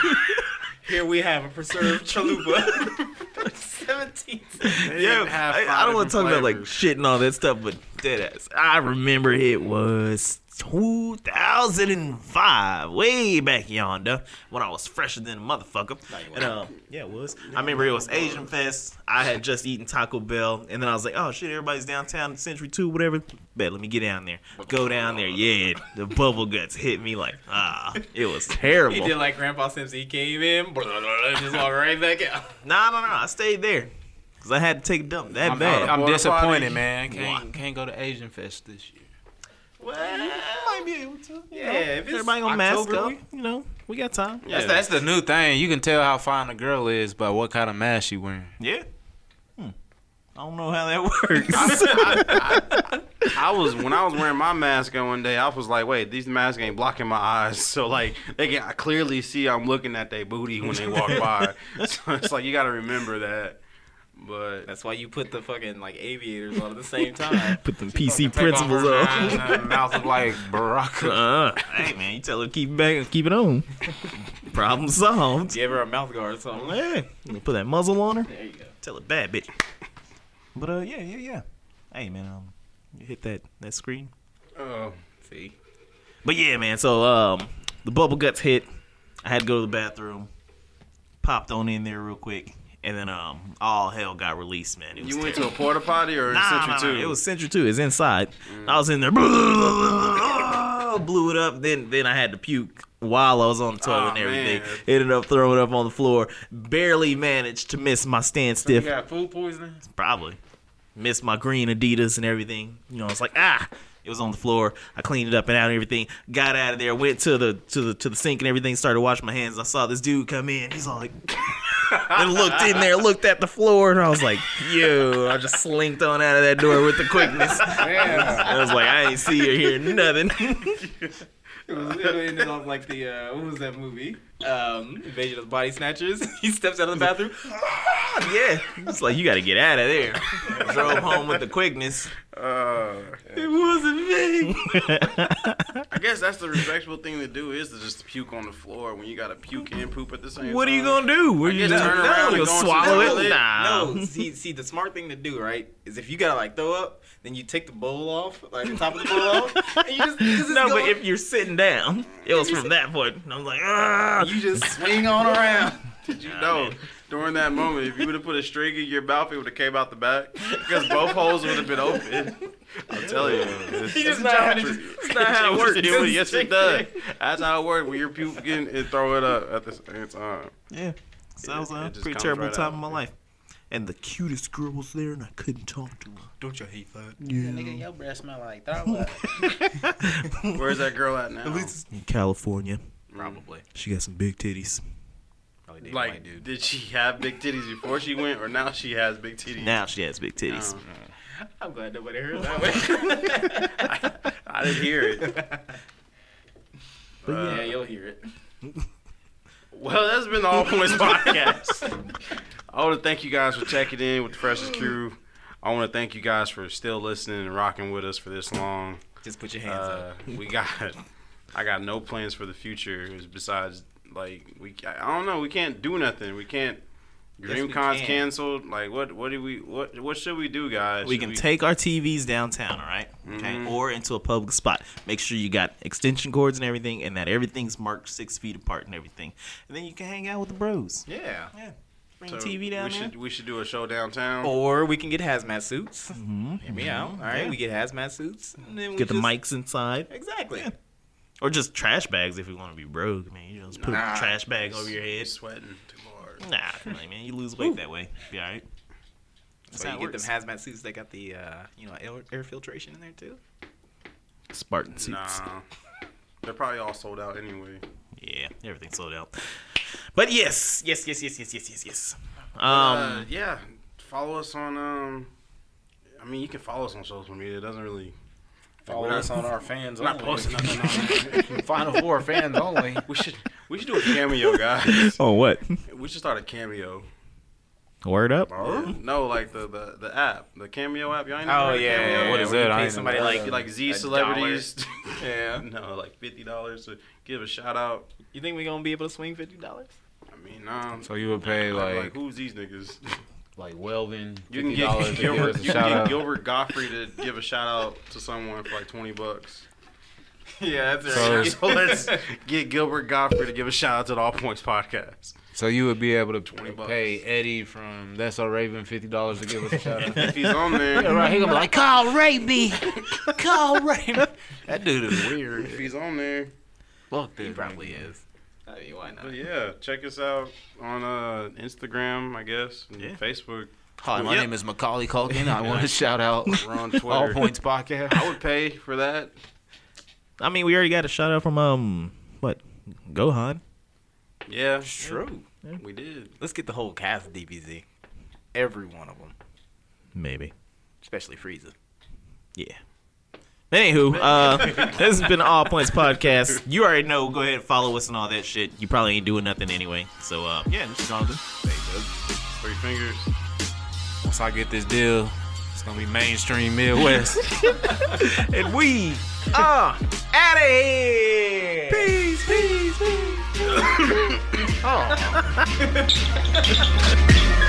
Speaker 4: Here we have a preserved chalupa. Seventeen.
Speaker 2: Yeah,
Speaker 1: didn't have
Speaker 2: I,
Speaker 1: five
Speaker 2: I don't want to talk
Speaker 1: different
Speaker 2: about like
Speaker 1: flavors.
Speaker 2: shit and all that stuff, but dead ass. I remember it was 2005, way back yonder, when I was fresher than a motherfucker. And um, yeah, it was. I remember it was Asian Fest. I had just eaten Taco Bell, and then I was like, oh shit, everybody's downtown, Century Two, whatever. Bet, let me get down there. Go down there. Yeah, the bubble guts hit me like ah, it was
Speaker 4: He
Speaker 2: terrible.
Speaker 4: did like Grandpa Simpson. He came in, blah, blah, blah, just walked right back out.
Speaker 2: Nah, nah, nah. I stayed there because I had to take a dump that
Speaker 3: I'm,
Speaker 2: bad.
Speaker 1: Water
Speaker 3: I'm
Speaker 1: party.
Speaker 3: disappointed, man. Can't, can't go to Asian Fest this year.
Speaker 2: might be able to.
Speaker 4: Yeah, if it's
Speaker 2: Everybody gonna mask
Speaker 4: October,
Speaker 2: up.
Speaker 4: we-
Speaker 2: You know, we got time.
Speaker 1: Yeah.
Speaker 3: That's, that's the new thing. You can tell how fine a girl is by what kind of mask she wearing.
Speaker 2: Yeah. I don't know how that works.
Speaker 1: I was when I was wearing my mask on one day, I was like, wait, these masks ain't blocking my eyes. So like they can I clearly see I'm looking at their booty when they walk by. so it's like you gotta remember that. But
Speaker 4: That's why you put the fucking like aviators on at the same time.
Speaker 2: Put them PC
Speaker 3: Take off
Speaker 2: principles
Speaker 3: her
Speaker 2: on.
Speaker 3: mask and her Mouth is like Barack.
Speaker 2: Uh, hey man, you tell her keep it back, keep it on. Problem solved.
Speaker 4: Give her a mouth guard or something.
Speaker 2: Yeah, You gonna put that muzzle on her.
Speaker 4: There you go.
Speaker 2: Tell her bad bitch. But uh, yeah, yeah, yeah. Hey man, um, you hit that that screen.
Speaker 1: Oh,
Speaker 4: See,
Speaker 2: But yeah, man. So um, the bubble guts hit. I had to go to the bathroom. Popped on in there real quick, and then um, all hell got released, man. It was
Speaker 1: you went
Speaker 2: terrible.
Speaker 1: to a porta potty or
Speaker 2: Nah,
Speaker 1: sent you
Speaker 2: nah,
Speaker 1: to?
Speaker 2: nah, It was Century Two. It's inside. I was in there, blew it up. Then then I had to puke while I was on the toilet
Speaker 1: Aw,
Speaker 2: and everything.
Speaker 1: man.
Speaker 2: Ended up throwing up on the floor. Barely managed to miss my stand
Speaker 3: You
Speaker 2: stiff.
Speaker 3: got food poisoning?
Speaker 2: Probably missed my green Adidas and everything. You know, it's like ah. It was on the floor. I cleaned it up and out and everything. Got out of there. Went to the to the to the sink and everything. Started washing my hands. I saw this dude come in. He's all like, and looked in there. Looked at the floor and I was like, yo. I just slinked on out of that door with the quickness.
Speaker 3: Yeah.
Speaker 2: I was like, I ain't see or hear nothing.
Speaker 4: it was literally ended up like the uh, what was that movie? Um, Invasion of the Body Snatchers. he steps out of the bathroom.
Speaker 2: yeah, it's like you got to get out of there. Drove home with the quickness.
Speaker 1: Uh,
Speaker 2: It wasn't me.
Speaker 1: I guess that's the respectable thing to do is to just puke on the floor when you gotta puke and poop at the same time.
Speaker 2: what are you gonna do? Were you
Speaker 1: guess
Speaker 2: just
Speaker 1: turn
Speaker 2: turn
Speaker 1: around
Speaker 2: around?
Speaker 1: and
Speaker 2: You
Speaker 1: go into
Speaker 2: gonna
Speaker 1: the
Speaker 2: swallow
Speaker 1: toilet?
Speaker 2: it? Nah.
Speaker 4: No, see, see, the smart thing to do, right, is if you gotta like throw up, then you take the bowl off, like the top of the bowl off, and you just 'cause it's
Speaker 2: No,
Speaker 4: going-
Speaker 2: but if you're sitting down, it was from that point. And I was like, ah.
Speaker 4: you just swing on around.
Speaker 1: Did you know during that moment if you would have put a string in your mouth, it would have came out the back because both holes would have been open. I'll tell you. It's,
Speaker 4: You
Speaker 1: it's
Speaker 4: just not how
Speaker 1: a
Speaker 4: to
Speaker 1: job
Speaker 4: just-
Speaker 1: for-
Speaker 4: it's not how it
Speaker 1: Yes,
Speaker 4: works.
Speaker 1: it does. Yes, it does. That's how it works when you're puking and throwing up at the same time.
Speaker 2: Yeah. So that was
Speaker 1: It- it
Speaker 2: a
Speaker 1: just
Speaker 2: pretty
Speaker 1: comes
Speaker 2: terrible
Speaker 1: right
Speaker 2: time
Speaker 1: out.
Speaker 2: of my life. And the cutest girl was there, and I couldn't talk to her.
Speaker 4: Don't you hate that?
Speaker 5: Nigga, your breath smell like throw up.
Speaker 1: Where's that girl at now?
Speaker 2: In California,
Speaker 4: Mm.
Speaker 1: probably.
Speaker 2: she got some big titties.
Speaker 1: Like, did she have big titties before she went, or now she has big titties?
Speaker 2: Now she has big titties.
Speaker 1: Um,
Speaker 4: I'm glad nobody heard that one.
Speaker 1: I, I didn't hear it. Uh,
Speaker 4: yeah, you'll hear it.
Speaker 1: Well, that's been the All Points Podcast. I want to thank you guys for checking in with the Freshest Crew. I want to thank you guys for still listening and rocking with us for this long.
Speaker 4: Just put your hands up.
Speaker 1: Uh, we got, I got no plans for the future besides like we. I don't know. We can't do nothing. We can't.
Speaker 4: Yes, we
Speaker 1: DreamCon's
Speaker 4: can.
Speaker 1: canceled. Like what? What do we? What? What should we do, guys?
Speaker 2: we
Speaker 1: Should
Speaker 2: can take our TVs downtown, all right? Okay,
Speaker 4: Mm-hmm.
Speaker 2: or into a public spot. Make sure you got extension cords and everything, and that everything's marked six feet apart and everything. And then you can hang out with the bros.
Speaker 4: Yeah.
Speaker 2: Yeah, bring
Speaker 1: so
Speaker 2: TV
Speaker 1: we
Speaker 2: down there. Oh,
Speaker 1: Should, we should do a show downtown.
Speaker 4: Or we can get hazmat suits.
Speaker 2: Mm-hmm.
Speaker 4: Hear me out. All right, we get hazmat suits. And then we
Speaker 2: Get the
Speaker 4: just-
Speaker 2: mics inside,
Speaker 4: Exactly.
Speaker 2: or just trash bags if we want to be broke. I mean, you just put
Speaker 1: Nah.
Speaker 2: a trash bag over your head.
Speaker 1: sweating too hard.
Speaker 2: Nah, like, man, you lose weight that way. Be all right. That's
Speaker 4: So
Speaker 2: how
Speaker 4: you
Speaker 2: it
Speaker 4: get them
Speaker 2: works.
Speaker 4: hazmat suits that got the uh, you know air, air filtration in there too.
Speaker 2: Spartan suits.
Speaker 1: Nah, they're probably all sold out anyway.
Speaker 2: Yeah, everything sold out. But yes, yes, yes, yes, yes, yes, yes, yes. Um,
Speaker 1: uh, yeah, follow us on. Um, I mean, you can follow us on social media. It doesn't really.
Speaker 3: Follow us on our fans
Speaker 1: We're not posting nothing. on there.
Speaker 3: Final Four fans only.
Speaker 1: we should. We should do a cameo, guys.
Speaker 2: oh, what?
Speaker 1: We should start a cameo.
Speaker 2: Word up.
Speaker 1: Yeah. No, like the, the the app, the cameo app. Y'all ain't never
Speaker 4: Oh
Speaker 1: heard of
Speaker 4: yeah,
Speaker 1: Cameo?
Speaker 4: yeah,
Speaker 3: What
Speaker 4: yeah.
Speaker 3: is
Speaker 4: When you
Speaker 3: that? I
Speaker 4: Pay
Speaker 3: ain't
Speaker 4: somebody
Speaker 3: know
Speaker 4: like
Speaker 1: Like like Z
Speaker 4: a
Speaker 1: celebrities.
Speaker 4: Yeah.
Speaker 1: no, like fifty dollars to give a shout out.
Speaker 4: You think we're gonna be able to swing fifty dollars?
Speaker 1: I mean, nah.
Speaker 3: So you would pay
Speaker 1: like,
Speaker 3: like
Speaker 1: who's these niggas?
Speaker 3: like Welvin.
Speaker 1: You can get Gilbert, you can get Gilbert Godfrey to give a shout out to someone for like twenty bucks.
Speaker 4: Yeah, that's
Speaker 3: So-
Speaker 1: So let's get Gilbert Godfrey to give a shout out to the All Points Podcast.
Speaker 3: So you would be able to
Speaker 1: 20 bucks.
Speaker 3: pay Eddie from That's All Raven fifty dollars to give us a shout out.
Speaker 1: If he's on there,
Speaker 3: right, he gonna be like,
Speaker 5: Call Raby. Call Raby.
Speaker 3: that dude is weird.
Speaker 1: if he's on there.
Speaker 3: Fuck this.
Speaker 4: He probably
Speaker 3: nigga.
Speaker 4: is. I mean, why not?
Speaker 1: But yeah, check us out on uh, Instagram, I guess, and
Speaker 2: Yeah.
Speaker 1: Facebook.
Speaker 3: Hi, my
Speaker 1: Yep.
Speaker 3: name is Macaulay Culkin. I want to shout out
Speaker 1: We're on
Speaker 3: All
Speaker 1: Twitter.
Speaker 3: Points Podcast.
Speaker 1: I would pay for that.
Speaker 2: I mean, we already got a shout out from um, what, Gohan?
Speaker 1: Yeah,
Speaker 4: True.
Speaker 1: we did.
Speaker 4: Let's get the whole cast of DBZ. Every one of them,
Speaker 2: Maybe.
Speaker 4: especially Frieza.
Speaker 2: Yeah. Anywho, uh, this has been All Points Podcast. You already know. Go ahead and follow us and all that shit. You probably ain't doing nothing anyway. So uh, yeah, this is Jonathan.
Speaker 1: Three fingers.
Speaker 3: Once I get this deal, it's gonna be mainstream Midwest.
Speaker 2: And we are out of here. Peace, peace, peace.
Speaker 3: oh.